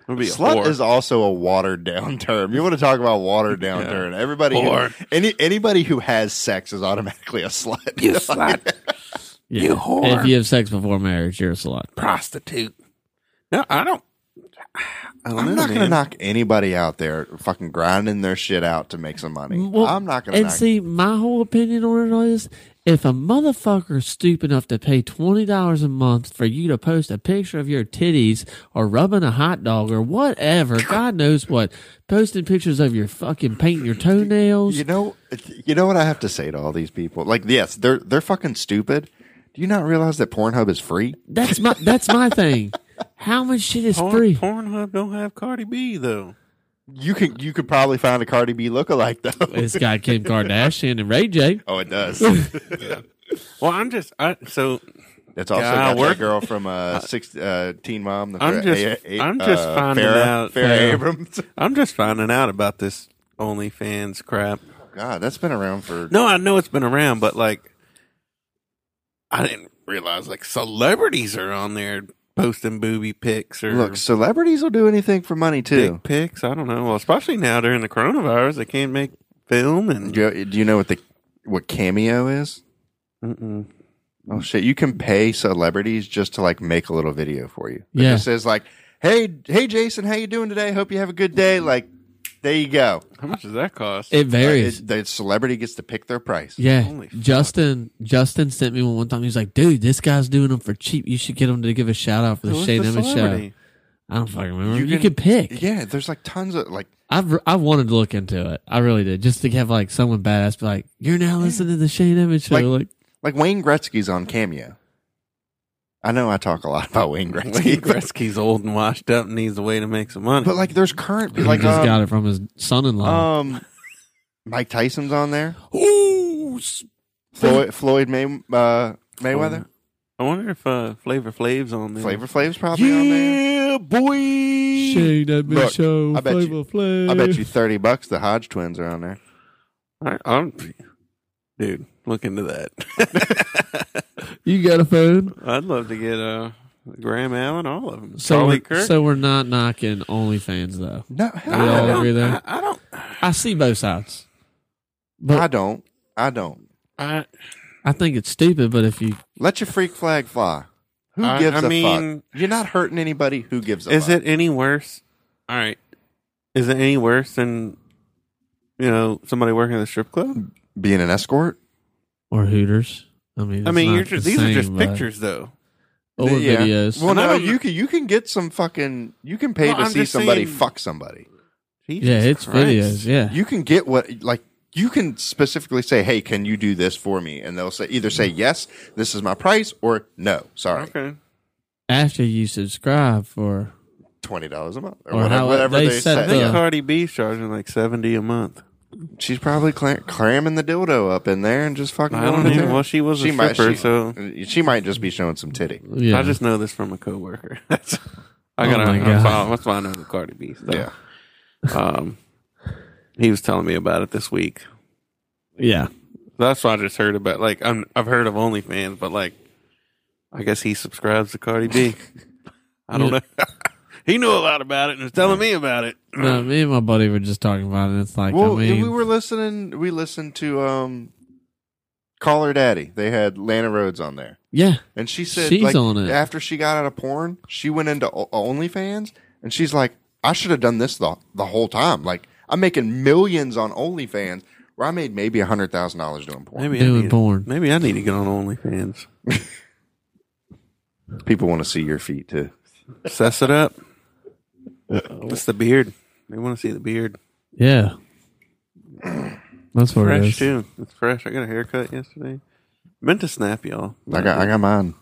Speaker 4: Would be a whore.
Speaker 3: is also a watered down term. You want to talk about watered down
Speaker 4: Yeah.
Speaker 3: term? Everybody, who-
Speaker 4: Whore.
Speaker 3: any anybody who has sex is automatically a slut. You slut.
Speaker 2: Yeah.
Speaker 4: You whore.
Speaker 2: If you have sex before marriage, you're a slut.
Speaker 4: prostitute. No, I don't. I don't
Speaker 3: I'm
Speaker 4: know,
Speaker 3: not going to
Speaker 4: man.
Speaker 3: knock anybody out there fucking grinding their shit out to make some money.
Speaker 2: Well,
Speaker 3: I'm not going to
Speaker 2: And
Speaker 3: knock.
Speaker 2: see, my whole opinion on it is if a motherfucker is stupid enough to pay $20 a month for you to post a picture of your titties or rubbing a hot dog or whatever, God knows what, posting pictures of your fucking painting your toenails.
Speaker 3: you know, you know what I have to say to all these people? Like, yes, they're they're fucking stupid. Do you not realize that Pornhub is free?
Speaker 2: That's my that's my thing. How much shit is
Speaker 4: Porn,
Speaker 2: free?
Speaker 4: Pornhub don't have Cardi B though.
Speaker 3: You can you could probably find a Cardi B lookalike though.
Speaker 2: It's got Kim Kardashian and Ray J.
Speaker 3: oh, it does.
Speaker 4: Well, I'm just I so
Speaker 3: It's also
Speaker 4: Yeah,
Speaker 3: got
Speaker 4: we're-
Speaker 3: that girl from uh, six uh, Teen Mom. The
Speaker 4: I'm
Speaker 3: Fra-
Speaker 4: just- I'm just finding
Speaker 3: uh, Farrah,
Speaker 4: out-
Speaker 3: Farrah
Speaker 4: Yeah.
Speaker 3: Abrams.
Speaker 4: I'm just finding out about this OnlyFans crap.
Speaker 3: God, that's been around for.
Speaker 4: No, I know it's been around, but like I didn't realize like celebrities are on there posting booby pics or
Speaker 3: Look, celebrities will do anything for money too.
Speaker 4: dick pics. I don't know. Well, especially now during the coronavirus, they can't make film and
Speaker 3: Do you, do you know what the what cameo is?
Speaker 4: Mm-mm.
Speaker 3: Oh shit! You can pay celebrities just to like make a little video for you. It
Speaker 2: Yeah.
Speaker 3: just says like, "Hey, hey, Jason, how you doing today? Hope you have a good day." Like, There you go.
Speaker 4: How much does that cost?
Speaker 2: It varies.
Speaker 3: Uh, it- the celebrity gets to pick their price.
Speaker 2: yeah,
Speaker 4: Holy fuck.
Speaker 2: Justin. Justin sent me one one time. He was like, "Dude, this guy's doing them for cheap. You should get him to give a shout out for the
Speaker 4: Who's
Speaker 2: Shane Emmett show."
Speaker 4: celebrity?
Speaker 2: I don't fucking remember.
Speaker 3: You
Speaker 2: You,
Speaker 3: can-
Speaker 2: could pick.
Speaker 3: Yeah, there's like tons of like
Speaker 2: I've I wanted to look into it. I really did, just to have like someone badass be like, "You're now listening to the Shane Emmett show."
Speaker 3: Like-
Speaker 2: Like,
Speaker 3: like Wayne Gretzky's on Cameo. I know I talk a lot about Wayne Gretzky,
Speaker 4: Wayne Gretzky's old and washed up and needs a way to make some money.
Speaker 3: but like there's current
Speaker 2: he
Speaker 3: like
Speaker 2: just
Speaker 3: um,
Speaker 2: got it from his son-in-law.
Speaker 3: um Mike Tyson's on there.
Speaker 2: Ooh, s-
Speaker 3: Floyd Floyd May, uh, Mayweather.
Speaker 4: I wonder if uh, Flavor Flav's on there.
Speaker 3: Flavor Flav's probably on there.
Speaker 4: boy.
Speaker 2: Shane Emmett
Speaker 3: Look,
Speaker 2: show.
Speaker 3: I bet you-
Speaker 2: Flavor Flav.
Speaker 3: I bet you thirty bucks the Hodge twins are on there.
Speaker 4: I, I'm, dude, look into that.
Speaker 2: you got a phone.
Speaker 4: I'd love to get uh, Graham Allen, all of them.
Speaker 2: So
Speaker 4: Charlie
Speaker 2: we're,
Speaker 4: Kirk.
Speaker 2: so we're not knocking OnlyFans though.
Speaker 3: No,
Speaker 2: We all
Speaker 4: don't-
Speaker 2: agree there.
Speaker 4: I, I don't.
Speaker 2: I see both sides, but
Speaker 3: I don't. I don't.
Speaker 4: I,
Speaker 2: I think it's stupid, but if you
Speaker 3: Let your freak flag fly. Who
Speaker 4: I-
Speaker 3: gives
Speaker 4: I
Speaker 3: a
Speaker 4: mean-
Speaker 3: fuck? You're not hurting anybody. Who gives a
Speaker 4: is
Speaker 3: fuck?
Speaker 4: it any worse? All right. Is it any worse than you know somebody working at a strip club?
Speaker 3: being an escort?
Speaker 2: or Hooters, I mean,
Speaker 4: I
Speaker 2: it's
Speaker 4: mean,
Speaker 2: not
Speaker 4: you're
Speaker 2: the
Speaker 4: just, these are
Speaker 2: same,
Speaker 4: just
Speaker 2: but-
Speaker 4: pictures, though.
Speaker 2: or
Speaker 3: Yeah.
Speaker 2: videos.
Speaker 3: Well,
Speaker 4: And I
Speaker 3: no,
Speaker 4: don't-
Speaker 3: you can you can get some fucking. You can pay
Speaker 4: Well,
Speaker 3: to
Speaker 4: I'm
Speaker 3: see
Speaker 4: just
Speaker 3: somebody
Speaker 4: saying-
Speaker 3: fuck somebody.
Speaker 2: yeah,
Speaker 4: Jesus
Speaker 2: it's
Speaker 4: Christ.
Speaker 2: videos. Yeah,
Speaker 3: You can get what like you can specifically say, "Hey, can you do this for me?" And they'll say either say yes, this is my price, or no, sorry,
Speaker 4: Okay.
Speaker 2: after you subscribe for
Speaker 3: twenty dollars a month, or,
Speaker 2: Or
Speaker 3: whatever,
Speaker 2: how
Speaker 3: whatever
Speaker 2: they
Speaker 3: they,
Speaker 2: set
Speaker 3: say.
Speaker 4: I think
Speaker 2: Yeah.
Speaker 4: Cardi B's charging like seventy a month.
Speaker 3: She's probably cla clamming the dildo up in there and just fucking.
Speaker 4: I don't
Speaker 3: going in
Speaker 4: know.
Speaker 3: there.
Speaker 4: Well, she was a stripper, so
Speaker 3: she, she might just be showing some titty.
Speaker 2: yeah,
Speaker 4: I just know this from a coworker. That's I
Speaker 2: Oh
Speaker 4: gotta.
Speaker 2: my
Speaker 4: that's, why,
Speaker 2: God.
Speaker 4: that's why I know the Cardi B stuff.
Speaker 3: Yeah,
Speaker 4: Um, he was telling me about it this week.
Speaker 2: yeah.
Speaker 4: That's what I just heard about. Like, I'm, I've heard of OnlyFans, but like, I guess he subscribes to Cardi B. I don't know. he knew a lot about it and was telling me about it.
Speaker 2: No, me and my buddy were just talking about it. It's like
Speaker 3: well,
Speaker 2: I mean,
Speaker 3: we were listening. We listened to um, Call Her Daddy. They had Lana Rhodes on there,
Speaker 2: yeah,
Speaker 3: and she said,
Speaker 2: She's
Speaker 3: like,
Speaker 2: on it.
Speaker 3: after she got out of porn, she went into o- OnlyFans, and she's like, I should have done this the the whole time. Like, I'm making millions on OnlyFans, where I made maybe a hundred thousand dollars doing porn.
Speaker 4: Maybe I
Speaker 2: doing
Speaker 4: need,
Speaker 2: porn.
Speaker 4: Maybe I need to get on OnlyFans.
Speaker 3: People want to see your feet too.
Speaker 4: Sess it up. It's the beard. They want to see the beard.
Speaker 2: yeah. That's what it
Speaker 4: Fresh
Speaker 2: is.
Speaker 4: too. It's fresh. I got a haircut yesterday. Meant to snap y'all.
Speaker 3: I got I got mine.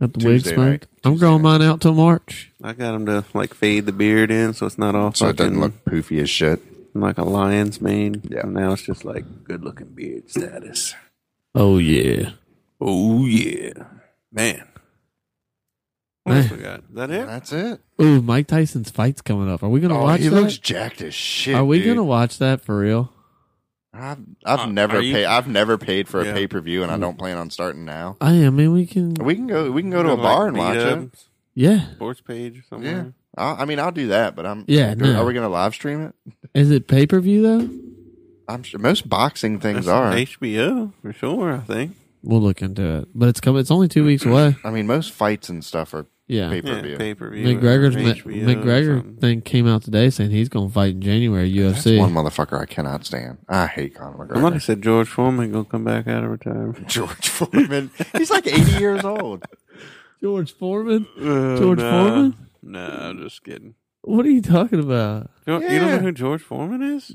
Speaker 2: Got the wig
Speaker 3: Tuesday
Speaker 2: smoked.
Speaker 3: night.
Speaker 2: I'm growing mine out till March.
Speaker 4: I got him to like fade the beard in so it's not all
Speaker 3: So it doesn't
Speaker 4: fucking-
Speaker 3: look poofy as shit.
Speaker 4: like a lion's mane.
Speaker 3: Yeah.
Speaker 4: And now it's just like good looking beard status.
Speaker 2: Oh yeah.
Speaker 4: Oh yeah, man. What else we got? Is that it?
Speaker 3: That's it.
Speaker 2: Ooh, Mike Tyson's fight's coming up. Are we gonna
Speaker 3: Oh,
Speaker 2: watch
Speaker 3: he
Speaker 2: that?
Speaker 3: looks jacked as shit.
Speaker 2: Are we
Speaker 3: dude.
Speaker 2: gonna watch that for real?
Speaker 3: I've I've
Speaker 4: Uh, are
Speaker 3: never
Speaker 4: you-
Speaker 3: paid I've never paid for a
Speaker 4: Yeah. Mm-hmm.
Speaker 3: pay per view and I don't plan on starting now.
Speaker 2: I am. I mean, we can.
Speaker 3: We can go we can go to a bar and watch it.
Speaker 2: Yeah.
Speaker 4: Sports page
Speaker 3: Yeah,
Speaker 4: somewhere.
Speaker 3: I, I mean I'll do that, but I'm
Speaker 2: Yeah,
Speaker 3: do-
Speaker 2: no.
Speaker 3: Are we gonna live stream it?
Speaker 2: Is it pay per view though?
Speaker 3: I'm sure most boxing things
Speaker 4: That's
Speaker 3: are.
Speaker 4: HBO for sure. I think.
Speaker 2: We'll look into it. But it's coming. It's only two weeks away.
Speaker 3: I mean most fights and stuff are
Speaker 2: Yeah.
Speaker 3: pay
Speaker 4: Yeah,
Speaker 3: per view.
Speaker 4: pay per view.
Speaker 2: McGregor's McGregor thing came out today saying he's gonna fight in January
Speaker 3: That's
Speaker 2: UFC.
Speaker 3: one motherfucker I cannot stand. I hate Conor McGregor.
Speaker 4: Somebody said George Foreman gonna come back out of retirement.
Speaker 3: George Foreman. He's like eighty years old.
Speaker 2: George Foreman.
Speaker 4: Uh,
Speaker 2: George Foreman?
Speaker 4: No, I'm just kidding.
Speaker 2: What are you talking about?
Speaker 4: Geor- You don't know
Speaker 3: Yeah.
Speaker 4: who George Foreman is?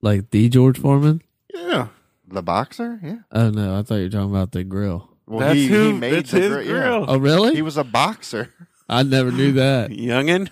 Speaker 2: Like the George Foreman?
Speaker 4: Yeah,
Speaker 3: The boxer? Yeah.
Speaker 2: Oh no, I thought you were talking about the grill.
Speaker 3: Well,
Speaker 4: that's
Speaker 3: he,
Speaker 4: who.
Speaker 3: he made
Speaker 4: that's
Speaker 3: the
Speaker 4: his
Speaker 3: gr- yeah.
Speaker 4: girl.
Speaker 2: Oh really?
Speaker 3: He was a boxer.
Speaker 2: I never knew that.
Speaker 4: Youngin.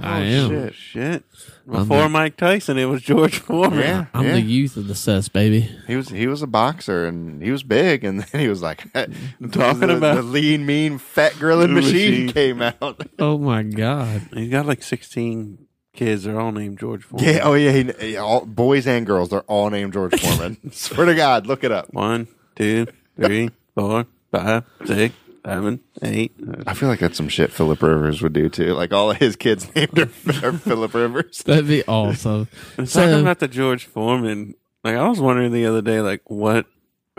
Speaker 4: Oh,
Speaker 2: I am.
Speaker 3: shit.
Speaker 4: Shit.
Speaker 2: I'm
Speaker 4: Before
Speaker 2: the-
Speaker 4: Mike Tyson, it was George Foreman.
Speaker 3: Yeah.
Speaker 2: I'm
Speaker 3: yeah.
Speaker 2: the youth of the cess, baby.
Speaker 3: He was he was a boxer and he was big and then he was like
Speaker 4: Talking
Speaker 3: the,
Speaker 4: about-
Speaker 3: the lean mean fat grilling machine,
Speaker 4: Machine.
Speaker 3: came out.
Speaker 2: Oh my god.
Speaker 4: He's got like 16 kids. They're all named George Foreman.
Speaker 3: yeah, oh yeah, he, he- all, boys and girls they're all named George Foreman. Swear to God, look it up.
Speaker 4: One, two, three, four, five, six, seven, eight.
Speaker 3: I feel like that's some shit Philip Rivers would do too. Like all of his kids named are, are Philip Rivers.
Speaker 2: That'd be awesome.
Speaker 4: It's talking
Speaker 2: so
Speaker 4: about the George Foreman. Like, I was wondering the other day, like, what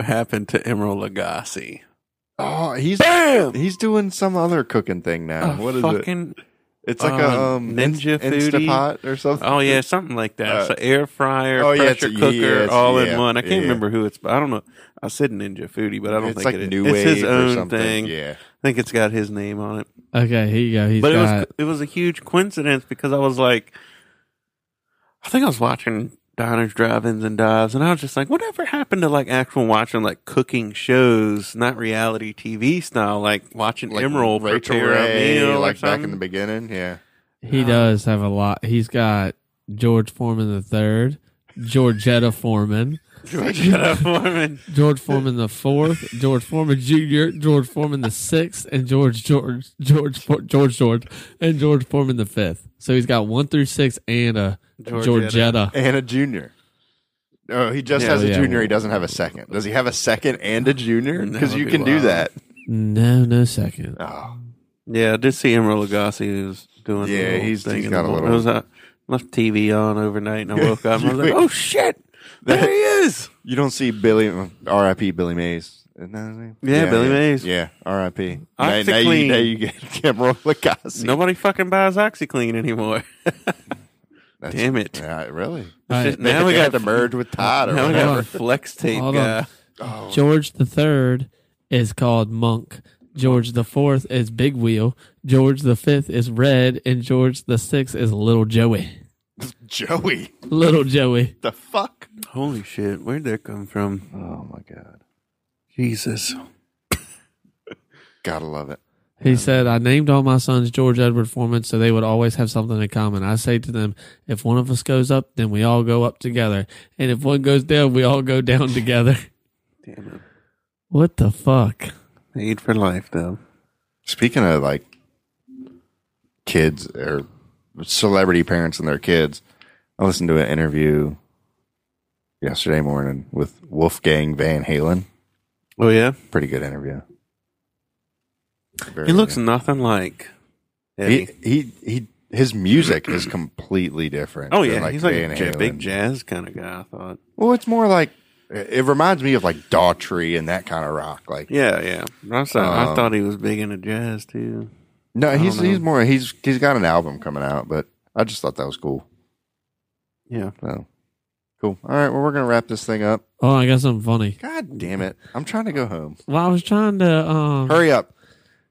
Speaker 4: happened to Emerald Lagasse?
Speaker 3: Oh, he's
Speaker 4: Bam!
Speaker 3: he's doing some other cooking thing now.
Speaker 4: A
Speaker 3: what is it?
Speaker 4: fucking
Speaker 3: It's like a
Speaker 4: Uh,
Speaker 3: um,
Speaker 4: Ninja
Speaker 3: Inst-
Speaker 4: Foodie?
Speaker 3: Instapot or something.
Speaker 4: Oh yeah, something like that.
Speaker 3: Uh,
Speaker 4: so air fryer,
Speaker 3: oh, yeah, it's
Speaker 4: pressure
Speaker 3: a-
Speaker 4: cooker,
Speaker 3: yeah, it's-
Speaker 4: all
Speaker 3: yeah,
Speaker 4: in one. I can't
Speaker 3: yeah.
Speaker 4: remember who it's. I don't know. I said Ninja Foodie, but I don't
Speaker 3: it's
Speaker 4: think
Speaker 3: like
Speaker 4: it is.
Speaker 3: New
Speaker 4: it's
Speaker 3: Wave
Speaker 4: his
Speaker 3: or
Speaker 4: own
Speaker 3: something.
Speaker 4: thing.
Speaker 3: Yeah,
Speaker 4: I think it's got his name on it.
Speaker 2: Okay, here you go. He's
Speaker 4: but it was
Speaker 2: got
Speaker 4: it was a huge coincidence because I was like, I think I was watching diners, drive-ins, and dives, and I was just like, whatever happened to like actual watching like cooking shows, not reality TV style, like watching
Speaker 3: Like
Speaker 4: Emerald prepare a meal, or
Speaker 3: like back in
Speaker 4: something?
Speaker 3: the beginning. Yeah,
Speaker 4: Uh-huh.
Speaker 2: he does have a lot. He's got George Foreman the third, Georgetta Foreman,
Speaker 4: Georgia Foreman.
Speaker 2: George Foreman the fourth, George Foreman Jr., George Foreman the sixth, and George George George Fo- George George and George Foreman the fifth. So he's got one through six and a
Speaker 4: Georgetta.
Speaker 2: Georgetta.
Speaker 3: and a junior. Oh, he just
Speaker 4: Yeah.
Speaker 3: has a
Speaker 2: Yeah.
Speaker 3: junior. He doesn't have a second. Does he have a second and a junior?
Speaker 4: That
Speaker 3: Because
Speaker 4: would
Speaker 3: you
Speaker 4: be
Speaker 3: can do
Speaker 4: wild.
Speaker 3: that.
Speaker 2: No, no second.
Speaker 3: Oh,
Speaker 4: Yeah, I did see Emerald Lagasse was doing. the
Speaker 3: Yeah,
Speaker 4: little
Speaker 3: he's-
Speaker 4: thing
Speaker 3: he's
Speaker 4: in
Speaker 3: got
Speaker 4: the
Speaker 3: a
Speaker 4: morning.
Speaker 3: little-
Speaker 4: It was, uh, left TV on overnight, and I woke up and I was like,
Speaker 3: You-
Speaker 4: "Oh shit, there he is!"
Speaker 3: you don't see Billy. R.I.P. Billy Mays. Isn't that his name?
Speaker 4: Yeah, Billy Mays.
Speaker 3: Yeah, R.I.P. Now,
Speaker 4: Oxyclean.
Speaker 3: now, you, now you get Emerald Lagasse.
Speaker 4: Nobody fucking buys OxyClean anymore.
Speaker 3: That's-
Speaker 4: Damn it.
Speaker 3: Yeah, really.
Speaker 2: All right.
Speaker 4: Shit, now we
Speaker 3: got
Speaker 4: got
Speaker 3: to merge with Todd. Or
Speaker 4: now we
Speaker 3: whatever.
Speaker 4: got flex tape
Speaker 2: Hold
Speaker 4: guy.
Speaker 2: on. George the third is called Monk. George the fourth is Big Wheel. George the fifth is Red, and George the sixth is Little Joey.
Speaker 3: Joey.
Speaker 2: Little Joey.
Speaker 3: The fuck?
Speaker 4: Holy shit, where'd that come from?
Speaker 3: Oh my god.
Speaker 4: Jesus.
Speaker 3: Gotta love it.
Speaker 2: He said, I named all my sons George Edward Foreman so they would always have something in common. I say to them, if one of us goes up, then we all go up together. And if one goes down, we all go down together.
Speaker 4: Damn
Speaker 2: What the fuck?
Speaker 4: it. Made for life, though.
Speaker 3: Speaking of like kids or celebrity parents and their kids, I listened to an interview yesterday morning with Wolfgang Van Halen.
Speaker 4: Oh, yeah?
Speaker 3: Pretty good interview. Very
Speaker 4: He looks
Speaker 3: good.
Speaker 4: nothing like
Speaker 3: he,
Speaker 4: Eddie.
Speaker 3: he he his music is completely different.
Speaker 4: oh,
Speaker 3: than,
Speaker 4: yeah, he's like
Speaker 3: Van
Speaker 4: a ja- big
Speaker 3: Halen.
Speaker 4: jazz kind of guy, I thought.
Speaker 3: Well, it's more like it reminds me of like Daughtry and that kind of rock. Like
Speaker 4: Yeah, yeah. I, thought I
Speaker 3: Um,
Speaker 4: thought he was big into jazz, too.
Speaker 3: No, he's
Speaker 4: don't know.
Speaker 3: he's more he's he's got an album coming out, but I just thought that was cool.
Speaker 4: Yeah.
Speaker 3: So cool. All right, well we're gonna wrap this thing up.
Speaker 2: Oh, I got something funny.
Speaker 3: God damn it. I'm trying to go home.
Speaker 2: Well, I was trying to, um,
Speaker 3: Hurry up.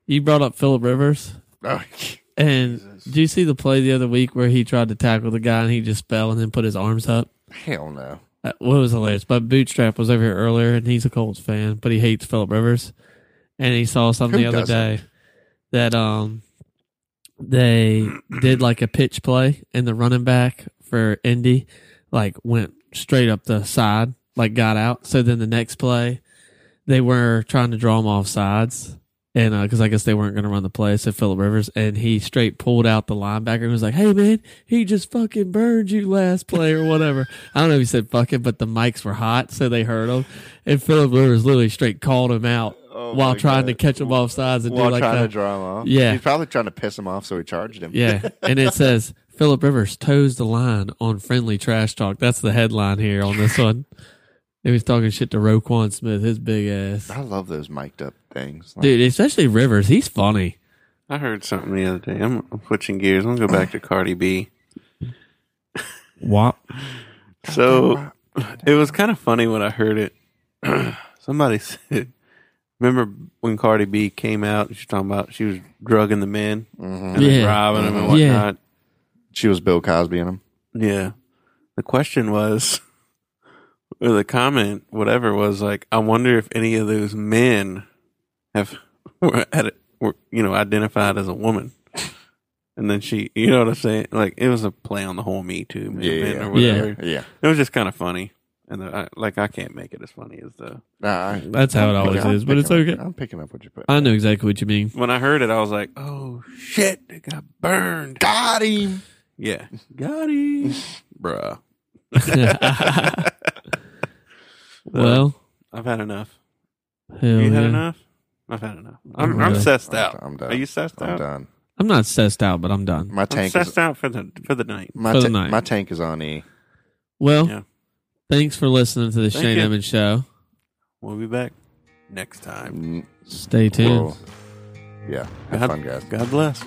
Speaker 2: you brought up Philip Rivers.
Speaker 3: Oh,
Speaker 2: And did you see the play the other week where he tried to tackle the guy and he just fell and then put his arms up?
Speaker 3: hell no.
Speaker 2: Uh, What was hilarious? But Bootstrap was over here earlier and he's a Colts fan, but he hates Philip Rivers. And he saw something
Speaker 3: Who
Speaker 2: the other
Speaker 3: doesn't?
Speaker 2: day that um they did like a pitch play and the running back for Indy like went straight up the side, like got out. So then the next play, they were trying to draw him off sides. And because I guess they weren't going to run the play, so Philip Rivers and he straight pulled out the linebacker and was like, "Hey man, he just fucking burned you last play or whatever." I don't know if he said fucking, but the mics were hot, so they heard him. And Philip Rivers literally straight called him out
Speaker 3: Oh,
Speaker 2: while
Speaker 3: my
Speaker 2: trying to
Speaker 3: God.
Speaker 2: catch him off sides and
Speaker 3: While
Speaker 2: do like
Speaker 3: trying
Speaker 2: that.
Speaker 3: to draw him off.
Speaker 2: Yeah.
Speaker 3: He's probably trying to piss him off, so he charged him.
Speaker 2: Yeah, and it says Philip Rivers toes the line on friendly trash talk. That's the headline here on this one. He was talking shit to Roquan Smith, his big ass
Speaker 3: I love those mic'd up things. Like,
Speaker 2: dude, especially Rivers. He's funny.
Speaker 4: I heard something the other day. I'm, I'm switching gears. I'm going to go back to Cardi B.
Speaker 2: Wop.
Speaker 4: So it was kind of funny when I heard it. Somebody said, "Remember when Cardi B came out? and She was talking about she was drugging the men and then
Speaker 2: Yeah.
Speaker 4: robbing them and
Speaker 2: Mhm. Yeah.
Speaker 4: whatnot."
Speaker 3: mm-hmm. She was Bill Cosby in him.
Speaker 4: Yeah. The question was, or the comment, whatever, was like, "I wonder if any of those men have were, had it, were you know identified as a woman." And then she, you know what I'm saying? Like it was a play on the whole Me Too movement
Speaker 3: Yeah.
Speaker 4: or whatever.
Speaker 3: Yeah.
Speaker 4: It was just kind of funny, and uh, I, like I can't make it as funny as the
Speaker 3: Nah, I-
Speaker 2: That's how it always
Speaker 3: I'm
Speaker 2: is, but it's
Speaker 3: picking up-
Speaker 2: okay.
Speaker 3: I'm picking up what you put.
Speaker 2: I know exactly what you mean.
Speaker 4: when I heard it. I was like, "Oh shit, it got burned."
Speaker 3: Got him.
Speaker 4: Yeah, got him, bruh.
Speaker 2: well,
Speaker 4: I've had enough.
Speaker 2: hell
Speaker 4: you had
Speaker 2: yeah.
Speaker 4: enough. I've had enough. I'm,
Speaker 2: Yeah.
Speaker 4: I'm sussed out.
Speaker 3: I'm done.
Speaker 4: Are you sussed
Speaker 3: I'm
Speaker 4: out?
Speaker 3: done.
Speaker 2: I'm not sussed out, but I'm done.
Speaker 3: My
Speaker 4: I'm
Speaker 3: tank
Speaker 4: sussed
Speaker 3: is
Speaker 4: out for the for the night.
Speaker 3: my,
Speaker 2: For the
Speaker 3: ta-
Speaker 2: night.
Speaker 3: my tank is on E.
Speaker 2: Well,
Speaker 4: Yeah.
Speaker 2: thanks for listening to the
Speaker 4: Thank
Speaker 2: Shane
Speaker 4: you.
Speaker 2: Evans Show.
Speaker 4: We'll be back next time.
Speaker 2: Stay tuned.
Speaker 3: Whoa. Yeah. Have
Speaker 4: God,
Speaker 3: fun, guys.
Speaker 4: God bless.